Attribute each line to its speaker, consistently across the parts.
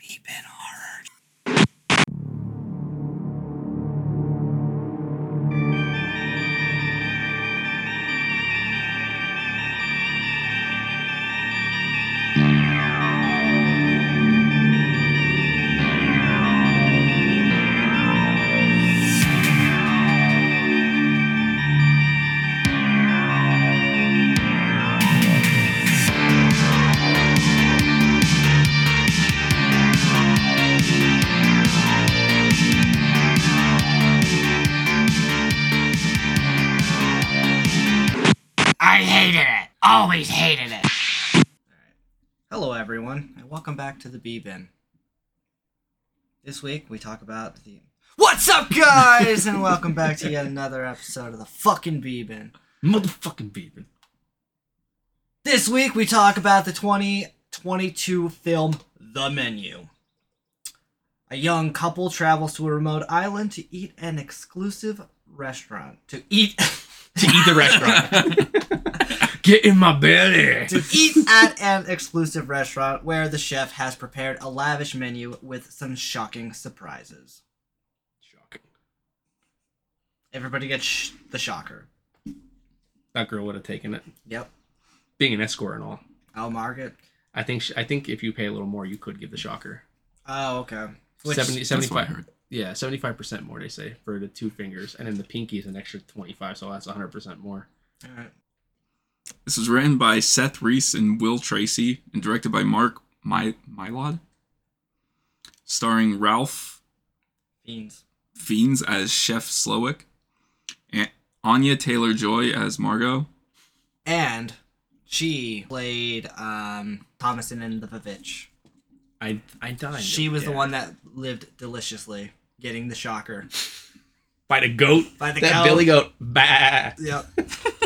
Speaker 1: Beepin' horror.
Speaker 2: I hated it. Always hated it. Hello, everyone, and welcome back to the B Bin. This week we talk about the. What's up, guys? and welcome back to yet another episode of the fucking B Bin.
Speaker 3: Motherfucking beeping.
Speaker 2: This week we talk about the 2022 film The Menu. A young couple travels to a remote island to eat an exclusive restaurant. To eat.
Speaker 4: to eat the restaurant.
Speaker 3: Get in my belly.
Speaker 2: to eat at an exclusive restaurant where the chef has prepared a lavish menu with some shocking surprises. Everybody gets sh- the shocker.
Speaker 4: that girl would have taken it,
Speaker 2: Yep,
Speaker 4: being an escort and all.
Speaker 2: I'll mark it.
Speaker 4: I think she, I think if you pay a little more, you could give the shocker.
Speaker 2: Oh, okay. Which,
Speaker 4: 70,
Speaker 3: That's what I
Speaker 4: 75
Speaker 3: heard.
Speaker 4: yeah, seventy five percent more they say for the two fingers, and then the pinky is an extra twenty five, so that's hundred percent more.
Speaker 2: alright.
Speaker 3: This was written by Seth Reese and Will Tracy and directed by Mark My Mylod. Starring Ralph
Speaker 2: Fiends.
Speaker 3: Fiennes as Chef Slowick, and Anya Taylor Joy as Margot.
Speaker 2: And she played um, Thomason and the Vavitch.
Speaker 4: I I died.
Speaker 2: She was the
Speaker 4: Yeah.
Speaker 2: one that lived deliciously, getting the shocker
Speaker 4: by the goat.
Speaker 2: by the
Speaker 4: that
Speaker 2: cow.
Speaker 4: Billy goat. Bah.
Speaker 2: Yep.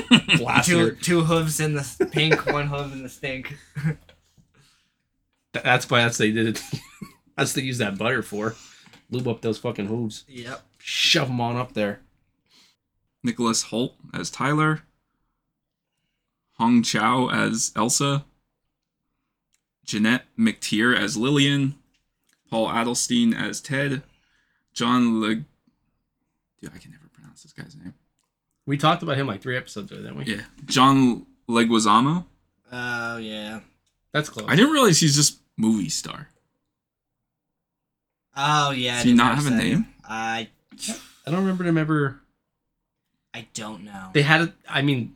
Speaker 2: Two
Speaker 4: Blaster.
Speaker 2: two hooves in the pink, one hoof in the stink.
Speaker 4: Th- That's why that's they did it. that's what they use that butter for. Lube up those fucking hooves.
Speaker 2: Yep.
Speaker 4: Shove them on up there.
Speaker 3: Nicholas Holt as Tyler, Hong Chow as Elsa, Jeanette McTeer as Lillian, Paul Adelstein as Ted, John Le. Dude, I can never pronounce this guy's name.
Speaker 4: We talked about him like three episodes ago, didn't we?
Speaker 3: Yeah, John Leguizamo.
Speaker 2: Oh yeah.
Speaker 4: That's close.
Speaker 3: I didn't realize he's just movie star.
Speaker 2: Oh yeah.
Speaker 3: Does
Speaker 2: I
Speaker 3: he
Speaker 2: did
Speaker 3: not have a
Speaker 2: say.
Speaker 3: name?
Speaker 2: I
Speaker 4: I don't remember them ever
Speaker 2: I don't know.
Speaker 4: they had a, I mean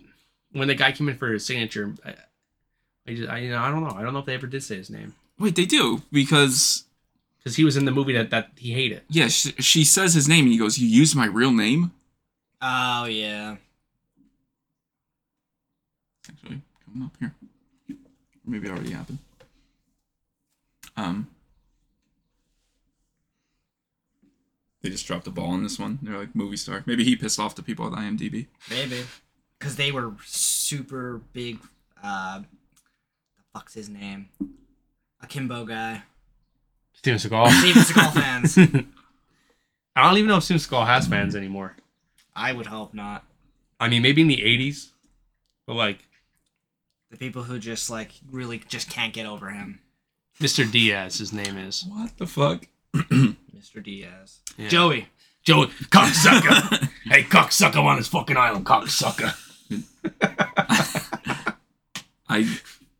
Speaker 4: when the guy came in for his signature I, I just I you know I don't know I don't know if they ever did say his name
Speaker 3: Wait, they do because
Speaker 4: because he was in the movie that that he hated
Speaker 3: yeah, she, she says his name and he goes, "You used my real name."
Speaker 2: oh yeah.
Speaker 3: actually coming up here. Or maybe it already happened. Um, they just dropped the ball on this one. They're like movie star. Maybe he pissed off the people at IMDb.
Speaker 2: Maybe. Cause they were super big uh the fuck's his name? Akimbo guy.
Speaker 4: Steven Seagal
Speaker 2: Steven Seagal fans.
Speaker 4: I don't even know if Steven Seagal has fans anymore
Speaker 2: I would hope not.
Speaker 4: I mean maybe in the eighties but like
Speaker 2: The people who just like really just can't get over him.
Speaker 4: Mr Diaz his name is
Speaker 3: What the fuck?
Speaker 2: Mr. Diaz.
Speaker 4: Yeah.
Speaker 2: Joey.
Speaker 4: Joey cocksucker hey cocksucker I'm on his fucking island cocksucker
Speaker 3: I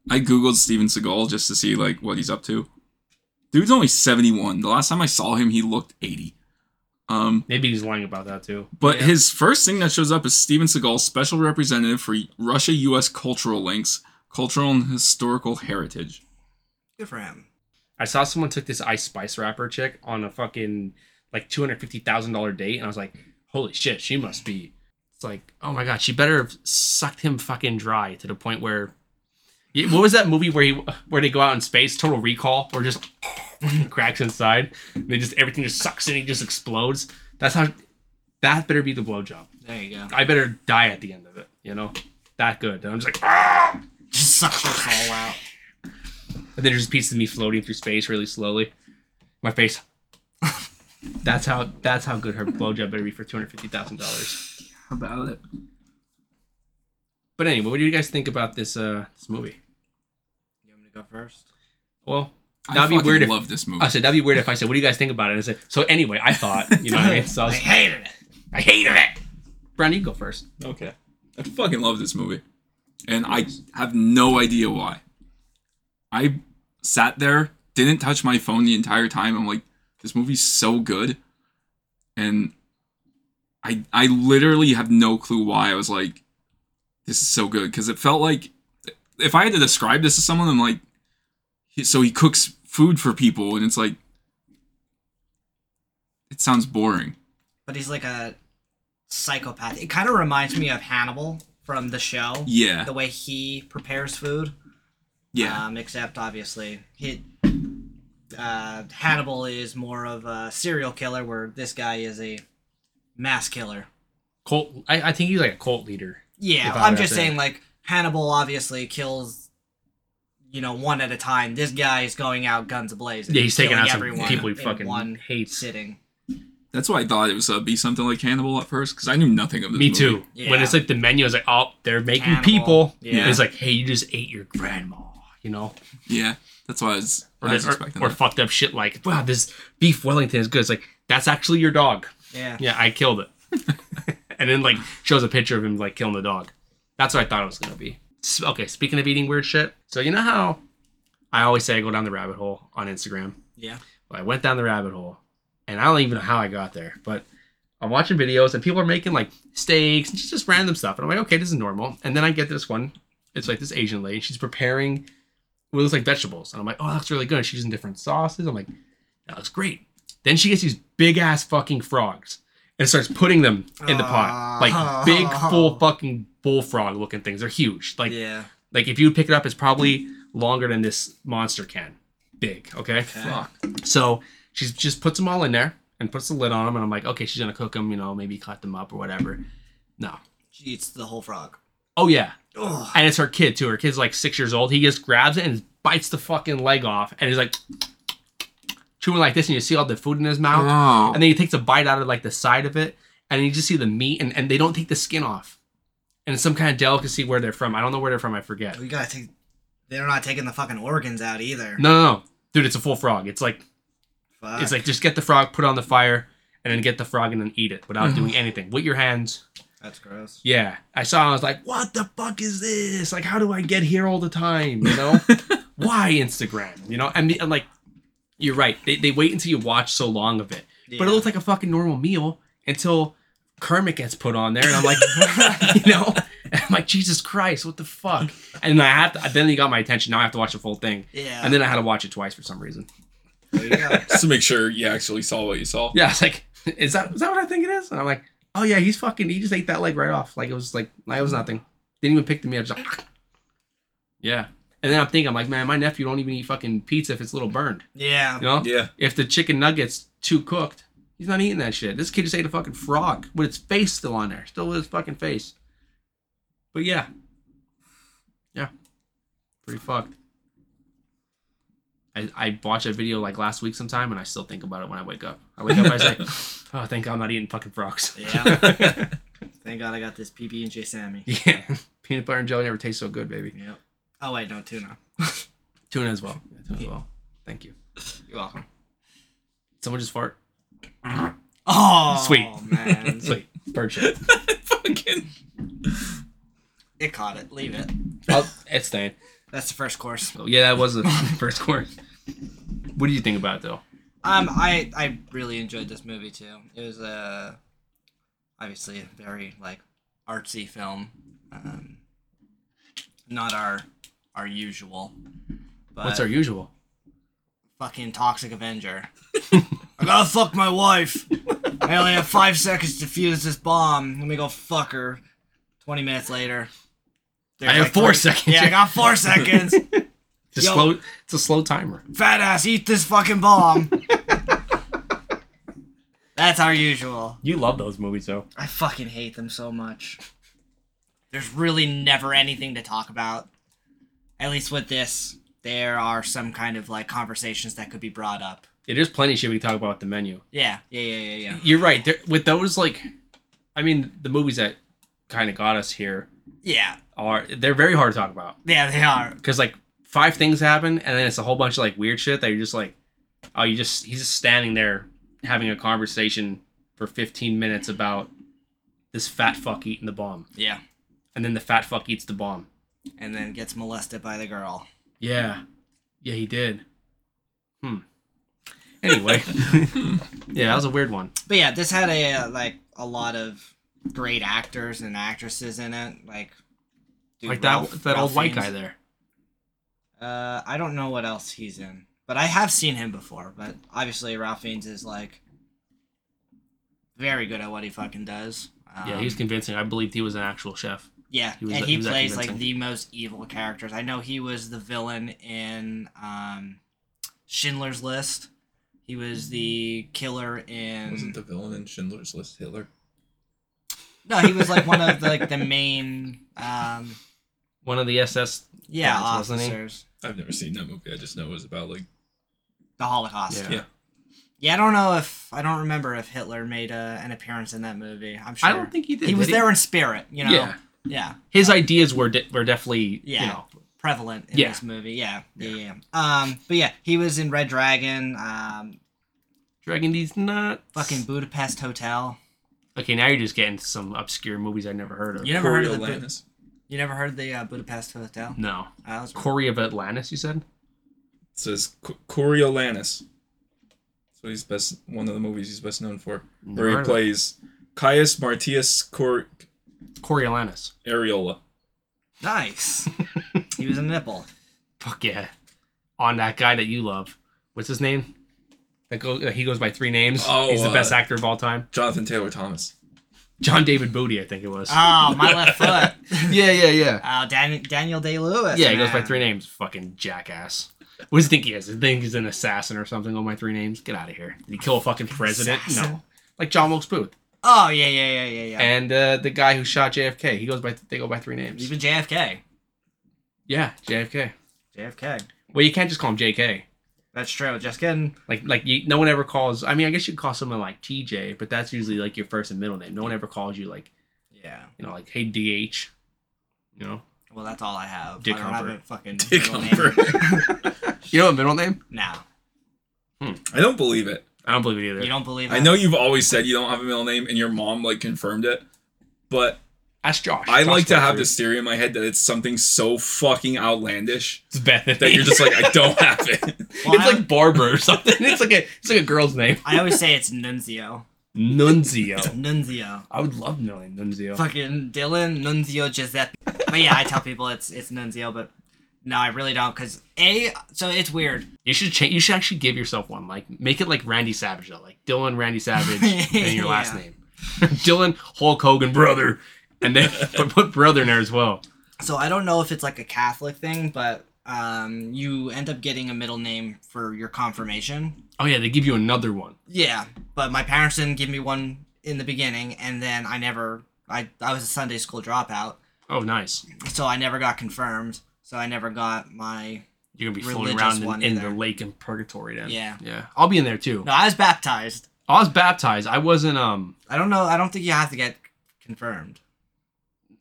Speaker 3: I googled Steven Seagal just to see like what he's up to. Dude's only seventy one. The last time I saw him, he looked eighty. Um,
Speaker 4: maybe he's lying about that too
Speaker 3: But
Speaker 4: Yeah.
Speaker 3: his first thing that shows up is Steven Seagal, special representative for Russia U.S. cultural links, cultural and historical heritage.
Speaker 2: Good for him.
Speaker 4: I saw someone took this Ice Spice rapper chick on a fucking like two hundred fifty thousand dollar date, and I was like, holy shit, she must be. It's like, oh my god, she better have sucked him fucking dry to the point where. Yeah, What was that movie where he where they go out in space, Total Recall, or just cracks inside, and they just everything just sucks and he just explodes. That's how. That better be the blowjob.
Speaker 2: There you go.
Speaker 4: I better die at the end of it. You know, that good. And I'm just like, "Ah!"
Speaker 2: Just sucks your soul out.
Speaker 4: and then there's just pieces of me floating through space really slowly. My face. that's how. That's how good her blowjob better be for two hundred fifty thousand dollars.
Speaker 3: How about it?
Speaker 4: But anyway, what do you guys think about this? Uh, this movie.
Speaker 2: You want me to go first?
Speaker 4: Well,
Speaker 3: I
Speaker 4: That'd be
Speaker 3: fucking
Speaker 4: weird if-
Speaker 3: love this movie.
Speaker 4: I said that'd be weird if I said, "What do you guys think about it?" And I said, "So anyway, I thought, you know, what I mean, so I, was,
Speaker 2: hated it.
Speaker 4: I hated it." Brown, you can go first.
Speaker 3: Okay. I fucking love this movie. And I have no idea why. I sat there, didn't touch my phone the entire time. I'm like, this movie's so good. And I I literally have no clue why I was like, this is so good. Because it felt like if I had to describe this to someone, I'm like, he- so he cooks food for people, and it's like it sounds boring.
Speaker 2: But he's like a psychopath. It kind of reminds me of Hannibal from the show.
Speaker 3: Yeah.
Speaker 2: The way he prepares food.
Speaker 3: Yeah.
Speaker 2: Um, except obviously, he, uh, Hannibal is more of a serial killer, where this guy is a mass killer.
Speaker 4: Cult. I, I think he's like a cult leader.
Speaker 2: Yeah,
Speaker 4: If I
Speaker 2: I'm
Speaker 4: were
Speaker 2: just
Speaker 4: to-
Speaker 2: saying, like, Hannibal obviously kills, you know, one at a time. This guy is going out guns ablazing.
Speaker 4: Yeah, he's taking
Speaker 2: killing
Speaker 4: out some
Speaker 2: everyone
Speaker 4: people he
Speaker 2: in
Speaker 4: fucking
Speaker 2: one
Speaker 4: hates.
Speaker 2: sitting.
Speaker 3: That's why I thought it was uh, be something like Hannibal at first because I knew nothing of this.
Speaker 4: Me
Speaker 3: movie.
Speaker 4: too.
Speaker 2: Yeah.
Speaker 4: When it's like the menu is like, oh, they're making
Speaker 2: Cannibal.
Speaker 4: people.
Speaker 2: Yeah.
Speaker 4: It's like, hey, you just ate your grandma, you know?
Speaker 3: Yeah, that's why I was,
Speaker 4: Or,
Speaker 3: I was
Speaker 4: or-
Speaker 3: expecting.
Speaker 4: or
Speaker 3: that.
Speaker 4: fucked up shit like, wow, this beef Wellington is good. It's like, that's actually your dog.
Speaker 2: Yeah.
Speaker 4: Yeah, I killed it. and then like shows a picture of him like killing the dog. That's what I thought it was gonna be. S- Okay, speaking of eating weird shit, so you know how I always say I go down the rabbit hole on Instagram.
Speaker 2: Yeah.
Speaker 4: Well, I went down the rabbit hole, and I don't even know how I got there, but I'm watching videos and people are making like steaks and just, just random stuff, and I'm like, okay, this is normal. And then I get this one. It's like this Asian lady. She's preparing what looks like vegetables, and I'm like, oh, that's really good. She's using different sauces. I'm like, that looks great. Then she gets these big ass fucking frogs and starts putting them in the pot, like big full fucking bullfrog looking things. They're huge. Like
Speaker 2: yeah.
Speaker 4: like if you pick it up, it's probably longer than this monster can. Big. Okay.
Speaker 3: Fuck.
Speaker 4: So she just puts them all in there and puts the lid on them, and I'm like, okay, she's gonna cook them, you know, maybe cut them up or whatever. No.
Speaker 2: She eats the whole frog.
Speaker 4: Oh yeah,
Speaker 2: Ugh.
Speaker 4: and it's her kid too. Her kid's like six years old. He just grabs it and bites the fucking leg off, and he's like chewing like this, and you see all the food in his mouth,
Speaker 3: Oh,
Speaker 4: and then he takes a bite out of like the side of it, and you just see the meat, and, and they don't take the skin off. And it's some kind of delicacy where they're from. I don't know where they're from. I forget.
Speaker 2: We gotta take. They're not taking the fucking organs out either.
Speaker 4: No, no, no, dude, it's a full frog. It's like
Speaker 2: Fuck.
Speaker 4: It's like just get the frog, put it on the fire, and then get the frog and then eat it without doing anything with your hands.
Speaker 2: that's gross.
Speaker 4: Yeah, I saw. it, I was like, "What the fuck is this? Like, how do I get here all the time? You know, why Instagram? You know, I mean, and like, you're right. They, they wait until you watch so long of it, but it
Speaker 2: Yeah.
Speaker 4: looks like a fucking normal meal until Kermit gets put on there, and I'm like, you know, I'm like, Jesus Christ, what the fuck? And I have to. Then he got my attention. Now I have to watch the full thing,
Speaker 2: Yeah.
Speaker 4: and then I had to watch it twice for some reason.
Speaker 2: There you go.
Speaker 3: just to make sure you actually saw what you saw.
Speaker 4: Yeah, I was like, is that is that what I think it is? And I'm like, oh yeah, he's fucking. He just ate that leg right off. Like it was like like, it was nothing. Didn't even pick the meat. I was like, yeah. And then I'm thinking, I'm like, man, my nephew don't even eat fucking pizza if it's a little burned.
Speaker 2: Yeah.
Speaker 4: You know,
Speaker 3: Yeah.
Speaker 4: if the chicken nuggets too cooked, he's not eating that shit. This kid just ate a fucking frog with its face still on there, still with its fucking face. But yeah, yeah, pretty fucked. I, I watched a video like last week sometime, and I still think about it when I wake up. I wake up, I was like, oh, thank God I'm not eating fucking frogs.
Speaker 2: Yeah. Thank God I got this PB and J Sammy.
Speaker 4: Yeah, peanut butter and jelly never tastes so good, baby.
Speaker 2: Yep. Oh wait, no tuna.
Speaker 4: Tuna as well. Yeah, tuna as well. Thank you.
Speaker 2: You're welcome.
Speaker 4: Someone just fart.
Speaker 2: Oh,
Speaker 4: Sweet.
Speaker 2: man.
Speaker 4: Sweet. Bird shit.
Speaker 3: Fucking.
Speaker 2: It caught it. Leave it.
Speaker 4: I'll, it's staying.
Speaker 2: That's the first course.
Speaker 4: So, Oh, yeah, that was the first course. What do you think about it, though?
Speaker 2: Um, I I really enjoyed this movie too. It was uh, obviously a very like artsy film. Um, not our our usual. But
Speaker 4: What's our usual?
Speaker 2: fucking toxic Avenger? I gotta fuck my wife. I only have five seconds to fuse this bomb. Let me go fuck her. Twenty minutes later. there's
Speaker 4: I have four
Speaker 2: 20
Speaker 4: seconds.
Speaker 2: Yeah, I got four seconds.
Speaker 4: It's a
Speaker 2: Yo.
Speaker 4: slow. It's a slow timer.
Speaker 2: fat ass, eat this fucking bomb. That's our usual.
Speaker 4: You love those movies, though.
Speaker 2: I fucking hate them so much. There's really never anything to talk about. At least with this, there are some kind of like conversations that could be brought up.
Speaker 4: Yeah, there's plenty of shit we can talk about with the menu.
Speaker 2: Yeah, yeah, yeah, yeah, yeah.
Speaker 4: You're right. There, with those, like, I mean, the movies that kind of got us here
Speaker 2: Yeah,
Speaker 4: are they're very hard to talk about
Speaker 2: yeah, they are.
Speaker 4: because like five things happen and then it's a whole bunch of like weird shit that you're just like, oh, you just he's just standing there having a conversation for 15 minutes about this fat fuck eating the bomb,
Speaker 2: Yeah,
Speaker 4: and then the fat fuck eats the bomb.
Speaker 2: and then gets molested by the girl.
Speaker 4: Yeah. Yeah, he did. Hmm. Anyway. yeah, that was a weird one.
Speaker 2: But yeah, this had a uh, like a lot of great actors and actresses in it, like dude,
Speaker 4: like
Speaker 2: Ralph-
Speaker 4: that that old
Speaker 2: Ralph
Speaker 4: white guy
Speaker 2: Fiennes.
Speaker 4: there.
Speaker 2: Uh, I don't know what else he's in, but I have seen him before. But obviously, Ralph Fiennes is like very good at what he fucking does. Um,
Speaker 4: yeah, he was convincing. I believed he was an actual chef.
Speaker 2: yeah,
Speaker 4: he was-
Speaker 2: and
Speaker 4: he
Speaker 2: he,
Speaker 4: was that
Speaker 2: plays like
Speaker 4: convincing.
Speaker 2: the most evil characters. I know he was the villain in um, Schindler's List. He was the killer in.
Speaker 5: Wasn't the villain in Schindler's List Hitler?
Speaker 2: No, he was like one of the, like the main, um,
Speaker 4: One of the SS
Speaker 2: yeah,
Speaker 4: Guys, wasn't he?
Speaker 2: officers.
Speaker 5: I've never seen that movie. I just know it was about like
Speaker 2: The Holocaust.
Speaker 4: Yeah.
Speaker 2: Yeah. I don't know if I don't remember if Hitler made uh an appearance in that movie. I'm sure.
Speaker 4: I don't think he did.
Speaker 2: he
Speaker 4: did
Speaker 2: was there in spirit. You know.
Speaker 4: Yeah.
Speaker 2: Yeah.
Speaker 4: His ideas were de- were definitely,
Speaker 2: Yeah.
Speaker 4: you know.
Speaker 2: Prevalent in
Speaker 4: Yeah.
Speaker 2: this movie. Yeah. Yeah. Yeah. yeah. Um. But yeah, he was in Red Dragon. Um.
Speaker 4: Dragging these nuts.
Speaker 2: Fucking Budapest Hotel.
Speaker 4: Okay, now you're just getting to some obscure movies I never heard of.
Speaker 2: You never heard of the. Bu-
Speaker 5: Coriolanus.
Speaker 2: you never heard the uh, Budapest Hotel? Uh,
Speaker 4: No.
Speaker 2: That was-
Speaker 4: Corey of Atlantis, you said?
Speaker 5: It says C- Coriolanus. So he's best one of the movies he's best known for,
Speaker 4: Never
Speaker 5: where he
Speaker 4: heard of it.
Speaker 5: plays Caius Martius Cor-
Speaker 4: Coriolanus.
Speaker 5: Areola.
Speaker 2: nice. he was a nipple.
Speaker 4: Fuck yeah. On that guy that you love. What's his name? That go, uh, he goes by three names.
Speaker 5: Oh,
Speaker 4: He's the best
Speaker 5: uh,
Speaker 4: actor of all time.
Speaker 5: Jonathan Taylor Thomas.
Speaker 4: John David Booty, I think it was.
Speaker 2: Oh, my left foot.
Speaker 4: yeah, yeah, yeah.
Speaker 2: Oh, Dan- Daniel Day Lewis.
Speaker 4: Yeah, he goes by three names. Fucking jackass. What does he think he is? Does he think he's an assassin or something? Oh, my three names? Get out of here. Did he kill a fucking president? No.
Speaker 2: Assassin.
Speaker 4: Like John Wilkes Booth.
Speaker 2: Oh yeah, yeah, yeah, yeah, yeah.
Speaker 4: And uh, the guy who shot JFK. He goes by, they go by three names.
Speaker 2: Even JFK.
Speaker 4: Yeah, JFK.
Speaker 2: JFK.
Speaker 4: Well, you can't just call him JK.
Speaker 2: That's true. Just kidding.
Speaker 4: Like, like you, no one ever calls. I mean, I guess you could call someone like TJ, but that's usually like your first and middle name. No one ever calls you like
Speaker 2: Yeah.
Speaker 4: you know, like hey DH, you know.
Speaker 2: Well, that's all I have.
Speaker 4: Dick
Speaker 2: I don't have
Speaker 4: Humper.
Speaker 2: a fucking
Speaker 5: Dick
Speaker 2: middle
Speaker 5: Humper.
Speaker 2: name.
Speaker 4: You know a middle name?
Speaker 2: No,
Speaker 5: I don't believe it.
Speaker 4: I don't believe it either.
Speaker 2: you don't believe.
Speaker 5: I
Speaker 2: that?
Speaker 5: know you've always said you don't have a middle name, and your mom like confirmed it. But
Speaker 4: Ask Josh.
Speaker 5: I
Speaker 4: Josh
Speaker 5: like to have
Speaker 4: Petrie.
Speaker 5: this theory in my head that it's something so fucking outlandish
Speaker 4: It's Bethany.
Speaker 5: that you're just like, I don't have it.
Speaker 2: Well,
Speaker 4: it's
Speaker 2: I,
Speaker 4: like Barbara or something. It's like a it's like a girl's name.
Speaker 2: I always say it's Nunzio.
Speaker 4: Nunzio.
Speaker 2: Nunzio.
Speaker 4: I would love knowing Nunzio.
Speaker 2: Fucking Dylan Nunzio Giuseppe. But yeah, I tell people it's it's Nunzio, but no, I really don't. Cause a so it's weird.
Speaker 4: You should change. You should actually give yourself one. Like make it like Randy Savage though. Like Dylan Randy Savage and your last
Speaker 2: Yeah.
Speaker 4: name. Dylan Hulk Hogan brother, and then but put brother in there as well.
Speaker 2: So I don't know if it's like a Catholic thing, but um, you end up getting a middle name for your confirmation.
Speaker 4: Oh yeah, they give you another one.
Speaker 2: Yeah, but my parents didn't give me one in the beginning, and then I never. I I was a Sunday school dropout,
Speaker 4: Oh nice.
Speaker 2: so I never got confirmed. So I never got my.
Speaker 4: You're gonna be floating
Speaker 2: Religious
Speaker 4: around in,
Speaker 2: one
Speaker 4: in the
Speaker 2: either.
Speaker 4: lake in purgatory then.
Speaker 2: Yeah.
Speaker 4: Yeah. I'll be in there too.
Speaker 2: No, I was baptized.
Speaker 4: I was baptized. I wasn't um
Speaker 2: I don't know. I don't think you have to get confirmed.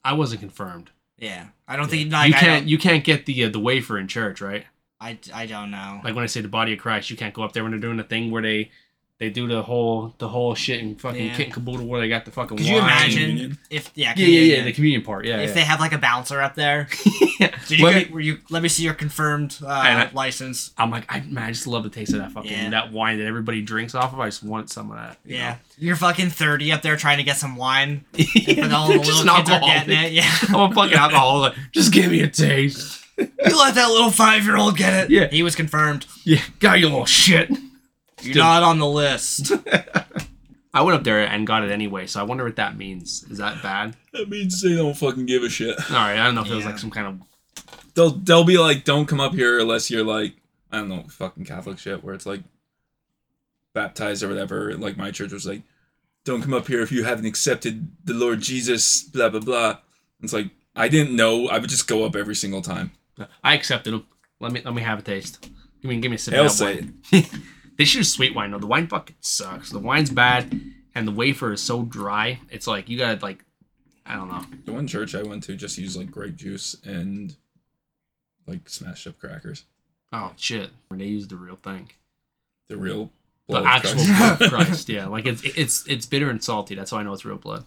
Speaker 4: I wasn't confirmed.
Speaker 2: Yeah, I don't think like,
Speaker 4: you
Speaker 2: I
Speaker 4: can't
Speaker 2: don't-
Speaker 4: you can't get the uh, the wafer in church, right?
Speaker 2: I, I don't know.
Speaker 4: Like when I say the body of Christ, you can't go up there when they're doing the thing where they they do the whole the whole shit and fucking
Speaker 2: Yeah.
Speaker 4: kit and caboodle where they got the fucking
Speaker 2: Could
Speaker 4: wine.
Speaker 2: you imagine
Speaker 5: communion.
Speaker 2: if yeah
Speaker 4: Yeah, yeah, yeah,
Speaker 2: communion.
Speaker 4: the communion part. Yeah.
Speaker 2: if
Speaker 4: yeah.
Speaker 2: they have like a bouncer up there? Did you
Speaker 4: Let
Speaker 2: get,
Speaker 4: me-
Speaker 2: were you let me see your confirmed uh,
Speaker 4: And I-
Speaker 2: license?
Speaker 4: I'm like, I, man, I just love the taste of that fucking
Speaker 2: Yeah.
Speaker 4: that wine that everybody drinks off of. I just want some of that. you
Speaker 2: Yeah,
Speaker 4: know?
Speaker 2: you're fucking thirty up there trying to get some wine.
Speaker 4: Yeah,
Speaker 2: and all the
Speaker 4: they're just
Speaker 2: little
Speaker 4: an
Speaker 2: kids are
Speaker 4: alcoholic.
Speaker 2: getting it. Yeah.
Speaker 4: I'm a fucking alcoholic. Just give me a taste.
Speaker 2: You let that little five year old get it.
Speaker 4: Yeah.
Speaker 2: He was confirmed.
Speaker 4: Yeah, got you little shit.
Speaker 2: You're
Speaker 4: Still-
Speaker 2: not on the list.
Speaker 4: I went up there and got it anyway, so I wonder what that means. Is that bad?
Speaker 5: That means they don't fucking give a shit.
Speaker 4: All right, I don't know if it was
Speaker 2: Yeah.
Speaker 4: like some kind of
Speaker 5: They'll they'll be like, don't come up here unless you're like, I don't know, fucking Catholic shit, where it's like baptized or whatever. Like my church was like, don't come up here if you haven't accepted the Lord Jesus, blah blah blah. It's like I didn't know. I would just go up every single time.
Speaker 4: I accepted them. Let me let me have a taste. You mean give me a sip?
Speaker 5: They'll
Speaker 4: of that
Speaker 5: say
Speaker 4: wine. They should have sweet wine. No, the wine bucket sucks. The wine's bad, and the wafer is so dry. It's like you gotta like, I don't know.
Speaker 5: The one church I went to just used like grape juice and like smashed up crackers.
Speaker 4: Oh shit! When they use the real thing,
Speaker 5: The real
Speaker 4: the
Speaker 5: blood of
Speaker 4: actual
Speaker 5: Christ.
Speaker 4: blood of Christ. Yeah, like it's it's it's bitter and salty. That's how I know it's real blood.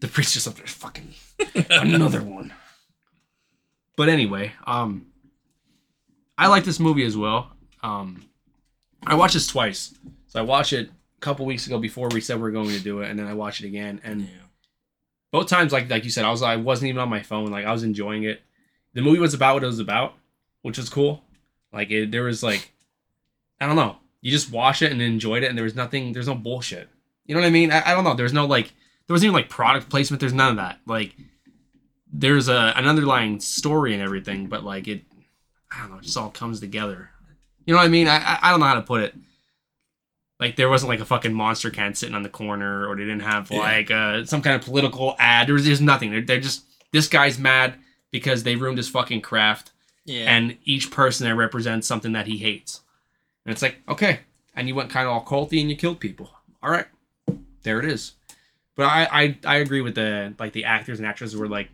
Speaker 4: The priest just up there, fucking another one. But anyway, um, I like this movie as well. Um, I watched this twice. So I watched it a couple weeks ago before we said we were going to do it, and then I watched it again. And both times, like like you said, I was I wasn't even on my phone. Like I was enjoying it. The movie was about what it was about, which was cool. Like it, there was like, I don't know. You just watched it and enjoyed it, and there was nothing. There's no bullshit. You know what I mean? I, I don't know. There's no like. There wasn't even like product placement. There's none of that. Like there's a an underlying story and everything, but like it, I don't know. It just all comes together. You know what I mean? I I, I don't know how to put it. Like there wasn't like a fucking monster can sitting on the corner, or they didn't have
Speaker 5: Yeah.
Speaker 4: like uh, some kind of political ad. There was there's nothing. They're, they're just this guy's mad because they ruined his fucking craft,
Speaker 2: Yeah.
Speaker 4: and each person there represents something that he hates. And it's like okay, and you went kind of all culty and you killed people. All right, there it is. But I I, I agree with the like the actors and actresses were like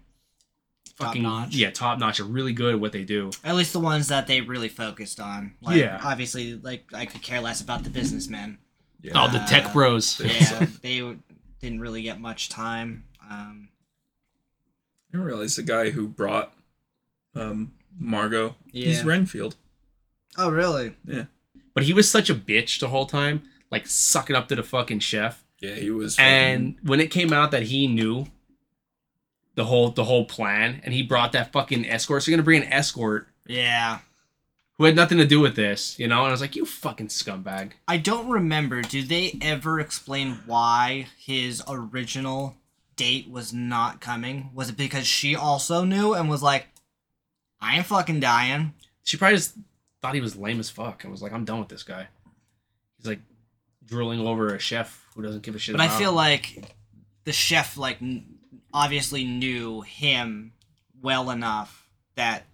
Speaker 4: fucking
Speaker 2: Top-notch.
Speaker 4: yeah top notch. Are really good at what they do.
Speaker 2: At least the ones that they really focused on. Like,
Speaker 4: Yeah.
Speaker 2: Obviously, like I could care less about the businessmen.
Speaker 5: Yeah.
Speaker 4: Oh, the tech bros.
Speaker 2: Yeah. they w- didn't really get much time. Um,
Speaker 5: I didn't realize the guy who brought um Margot. He's
Speaker 2: Yeah.
Speaker 5: Renfield.
Speaker 2: oh, really?
Speaker 4: But he was such a bitch the whole time, like sucking up to the fucking chef.
Speaker 5: Yeah, he was. fucking-
Speaker 4: And when it came out that he knew the whole the whole plan, and he brought that fucking escort, so you're gonna bring an escort
Speaker 2: Yeah.
Speaker 4: who had nothing to do with this, you know? And I was like, you fucking scumbag.
Speaker 2: I don't remember. Do they ever explain why his original date was not coming? Was it because she also knew and was like, I ain't fucking dying?
Speaker 4: She probably just thought he was lame as fuck, and was like, I'm done with this guy. He's like drooling over a chef who doesn't give a shit.
Speaker 2: But I
Speaker 4: about
Speaker 2: feel
Speaker 4: him.
Speaker 2: like the chef, like, n- obviously knew him well enough that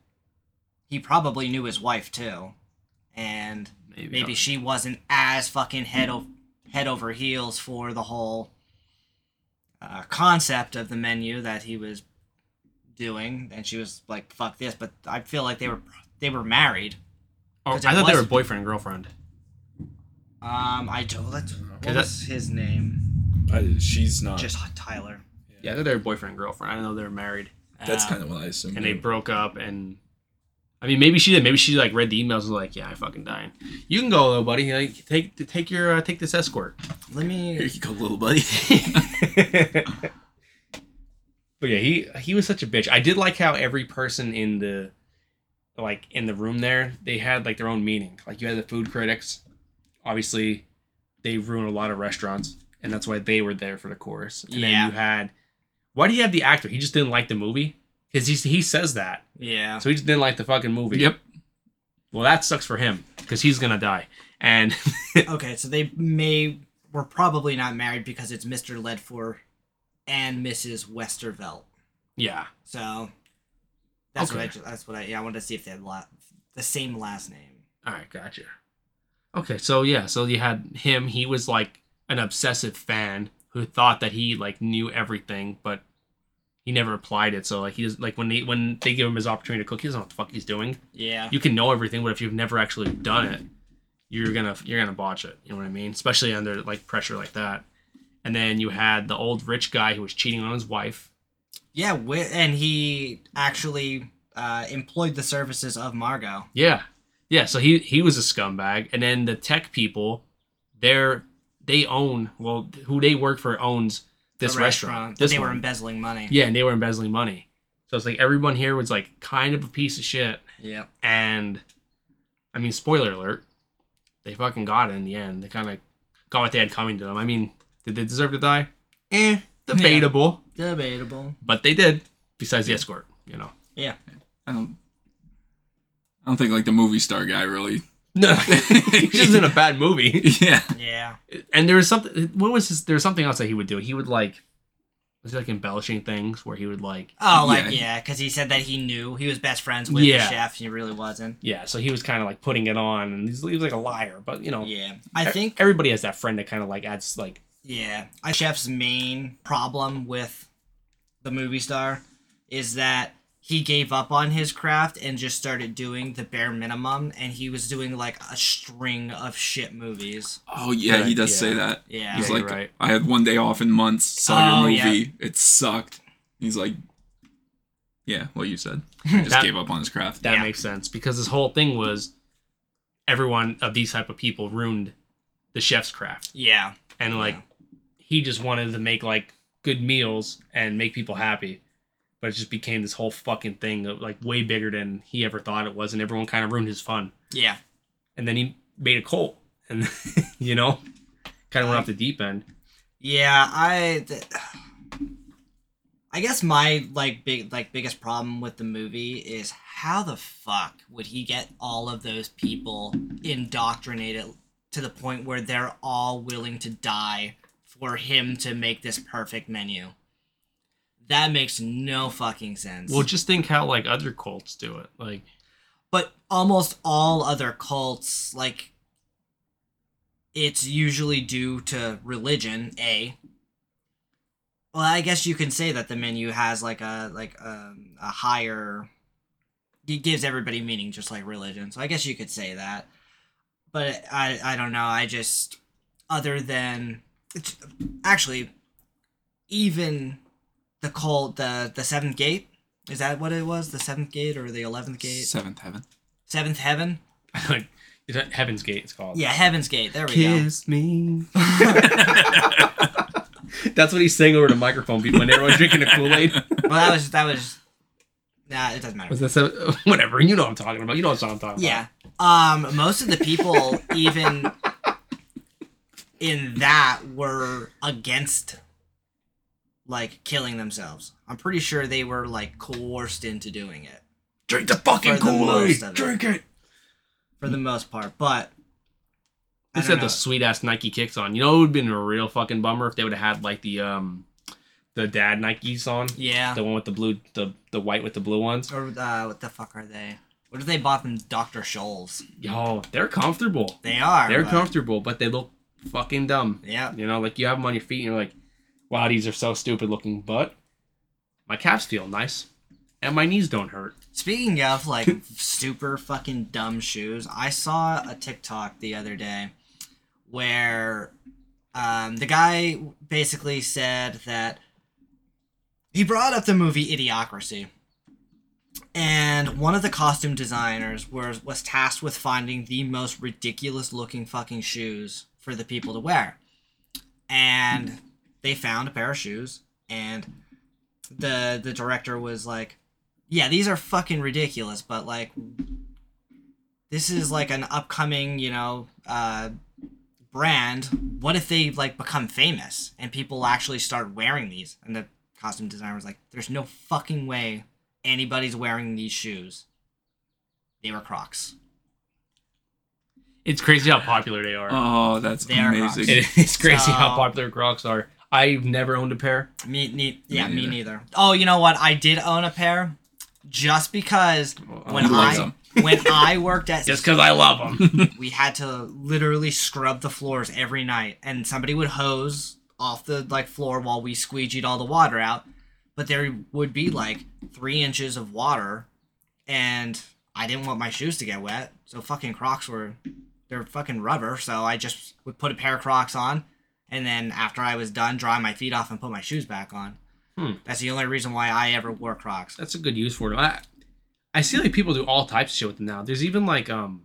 Speaker 2: he probably knew his wife too, and maybe, she wasn't as fucking head o- head over heels for the whole uh, concept of the menu that he was doing, and she was like, "Fuck this." But I feel like they were they were married.
Speaker 4: Oh, I
Speaker 2: 'cause it
Speaker 4: thought they were
Speaker 2: was-
Speaker 4: boyfriend and girlfriend.
Speaker 2: Um, I don't. That's, what
Speaker 4: that-
Speaker 2: was his name?
Speaker 5: I, she's not.
Speaker 2: Just Tyler.
Speaker 4: Yeah, I thought they were boyfriend and girlfriend. I didn't know they were married.
Speaker 5: that's
Speaker 2: Uh,
Speaker 5: kind of what I assumed.
Speaker 4: and they broke up and I mean maybe she did maybe she like read the emails and was like yeah I fucking dying you can go though buddy like take take your uh, take this escort
Speaker 2: Let me.
Speaker 1: Here you go, little buddy.
Speaker 4: but yeah he he was such a bitch I did like how every person in the like in the room there they had like their own meaning like you had the food critics obviously they ruined a lot of restaurants and that's why they were there for the chorus and
Speaker 2: Yeah.
Speaker 4: then you had why do you have the actor he just didn't like the movie because he he says that
Speaker 2: Yeah.
Speaker 4: so he just didn't like the fucking movie
Speaker 3: Yep.
Speaker 4: well, that sucks for him because he's gonna die. And
Speaker 2: Okay, so they may were probably not married because it's Mr. Ledfor and Mrs. Westervelt.
Speaker 4: yeah,
Speaker 2: So that's what I
Speaker 4: Okay.
Speaker 2: ju- that's what I yeah I wanted to see if they had la- the same last name.
Speaker 4: all right, gotcha. Okay, so yeah, so you had him. He was like an obsessive fan who thought that he like knew everything, but he never applied it. So like he does like when they when they give him his opportunity to cook, he doesn't know what the fuck he's doing.
Speaker 2: Yeah.
Speaker 4: You can know everything, but if you've never actually done it, you're gonna you're gonna botch it. You know what I mean? Especially under like pressure like that. And then you had the old rich guy who was cheating on his wife.
Speaker 2: Yeah, wi- and he actually uh, employed the services of Margot.
Speaker 4: Yeah. Yeah, so he he was a scumbag and then the tech people they're they own well who they work for owns this
Speaker 2: the
Speaker 4: restaurant.
Speaker 2: but
Speaker 4: This
Speaker 2: they were
Speaker 4: one.
Speaker 2: embezzling money.
Speaker 4: yeah, and they were embezzling money. So it's like everyone here was like kind of a piece of shit
Speaker 2: Yeah.
Speaker 4: and I mean spoiler alert, they fucking got it in the end. They kind of got what they had coming to them. I mean, did they deserve to die? Eh, debatable,
Speaker 2: Debatable.
Speaker 4: but they did besides the escort, you know.
Speaker 2: Yeah.
Speaker 3: I don't. I don't think like the movie star guy really.
Speaker 4: No, it's just in a bad movie.
Speaker 3: Yeah.
Speaker 2: Yeah.
Speaker 4: and there was something what was his there was something else that he would do he would like was he like embellishing things where he would like
Speaker 2: Oh, like
Speaker 3: Yeah.
Speaker 2: yeah, because he said that he knew he was best friends with
Speaker 4: Yeah.
Speaker 2: the chef, and he really wasn't.
Speaker 4: yeah, so he was kind of like putting it on, and he's, he was like a liar, but you know,
Speaker 2: Yeah, I
Speaker 4: e-
Speaker 2: think
Speaker 4: everybody has that friend that kind of like adds like
Speaker 2: Yeah, I Chef's main problem with the movie star is that he gave up on his craft and just started doing the bare minimum, and he was doing like a string of shit movies.
Speaker 3: Oh yeah, he
Speaker 4: Right,
Speaker 3: does
Speaker 4: yeah.
Speaker 3: say that.
Speaker 2: Yeah,
Speaker 3: He's
Speaker 4: Yeah,
Speaker 3: like,
Speaker 4: you're right.
Speaker 3: I had one day off in months. Saw
Speaker 2: Oh,
Speaker 3: your
Speaker 2: yeah.
Speaker 3: movie. It sucked. He's like, yeah, what you said. I just
Speaker 4: That-
Speaker 3: gave up on his craft.
Speaker 4: that
Speaker 2: Yeah.
Speaker 4: makes sense because this whole thing was everyone of these type of people ruined the chef's craft,
Speaker 2: yeah,
Speaker 4: and like he just wanted to make like good meals and make people happy, but it just became this whole fucking thing of like way bigger than he ever thought it was, and everyone kind of ruined his fun,
Speaker 2: yeah.
Speaker 4: and then he made a cult, and you know, kind of went off the deep end.
Speaker 2: Yeah, I. Th- I guess my like big like biggest problem with the movie is how the fuck would he get all of those people indoctrinated to the point where they're all willing to die for him to make this perfect menu? That makes no fucking sense.
Speaker 4: Well, just think how like other cults do it. Like
Speaker 2: but almost all other cults like it's usually due to religion a well i guess you can say that the menu has like a like um, a higher it gives everybody meaning just like religion so i guess you could say that but i i don't know i just other than it's actually even the cult the the seventh gate is that what it was the seventh gate or the eleventh gate
Speaker 3: Seventh heaven.
Speaker 2: Seventh Heaven?
Speaker 4: like is that Heaven's Gate it's called.
Speaker 2: Yeah, Heaven's Gate. There we
Speaker 4: Kiss me. That's what he's saying over the microphone people when everyone's drinking the Kool-Aid.
Speaker 2: go. Well, that was that was. Nah, it doesn't matter.
Speaker 4: Was that so- whatever, you know what I'm talking about. You know what song I'm talking
Speaker 2: Yeah. Um, most of the people even in that were against like killing themselves. I'm pretty sure they were like coerced into doing it
Speaker 3: Drink the fucking
Speaker 2: For the
Speaker 3: Kool-Aid.
Speaker 2: most of it.
Speaker 3: Drink it.
Speaker 2: for the most part. But I
Speaker 4: about. They
Speaker 2: don't
Speaker 4: had
Speaker 2: know.
Speaker 4: the sweet ass Nike kicks on. You know it would have been a real fucking bummer if they would have had like the um the dad Nikes on.
Speaker 2: yeah.
Speaker 4: The one with the blue the the white with the blue ones.
Speaker 2: Or uh, what the fuck are they? What if they bought them Dr. Scholl's?
Speaker 4: Yo, they're comfortable.
Speaker 2: They are.
Speaker 4: They're
Speaker 2: but-
Speaker 4: comfortable, but they look fucking dumb.
Speaker 2: Yeah.
Speaker 4: You know, like you have them on your feet and you're like, wow, these are so stupid looking, but my calves feel nice and my knees don't hurt.
Speaker 2: Speaking of like super fucking dumb shoes, I saw a TikTok the other day where um, the guy basically said that he brought up the movie Idiocracy. And one of the costume designers was, was tasked with finding the most ridiculous looking fucking shoes for the people to wear. And they found a pair of shoes and the the director was like yeah, these are fucking ridiculous, but like this is like an upcoming, you know, uh brand. What if they like become famous and people actually start wearing these? And the costume designer was like, there's no fucking way anybody's wearing these shoes. They were Crocs.
Speaker 4: It's crazy how popular they are.
Speaker 3: Oh, that's
Speaker 2: They are
Speaker 3: amazing.
Speaker 4: It is crazy
Speaker 2: So-
Speaker 4: how popular Crocs are. I've never owned a pair.
Speaker 2: Me, ne- yeah, me
Speaker 3: neither.
Speaker 2: neither. Oh, you know what? I did own a pair just because when
Speaker 3: you like
Speaker 2: I
Speaker 3: them.
Speaker 2: when I worked at
Speaker 4: Just because I love them.
Speaker 2: we had to literally scrub the floors every night and somebody would hose off the like floor while we squeegeed all the water out but there would be like three inches of water and i didn't want my shoes to get wet so fucking crocs were they're fucking rubber so i just would put a pair of crocs on and then after i was done dry my feet off and put my shoes back on
Speaker 4: Hmm.
Speaker 2: that's the only reason why i ever wore crocs
Speaker 4: That's a good use for them. I, I see like people do all types of shit with them now. There's even like um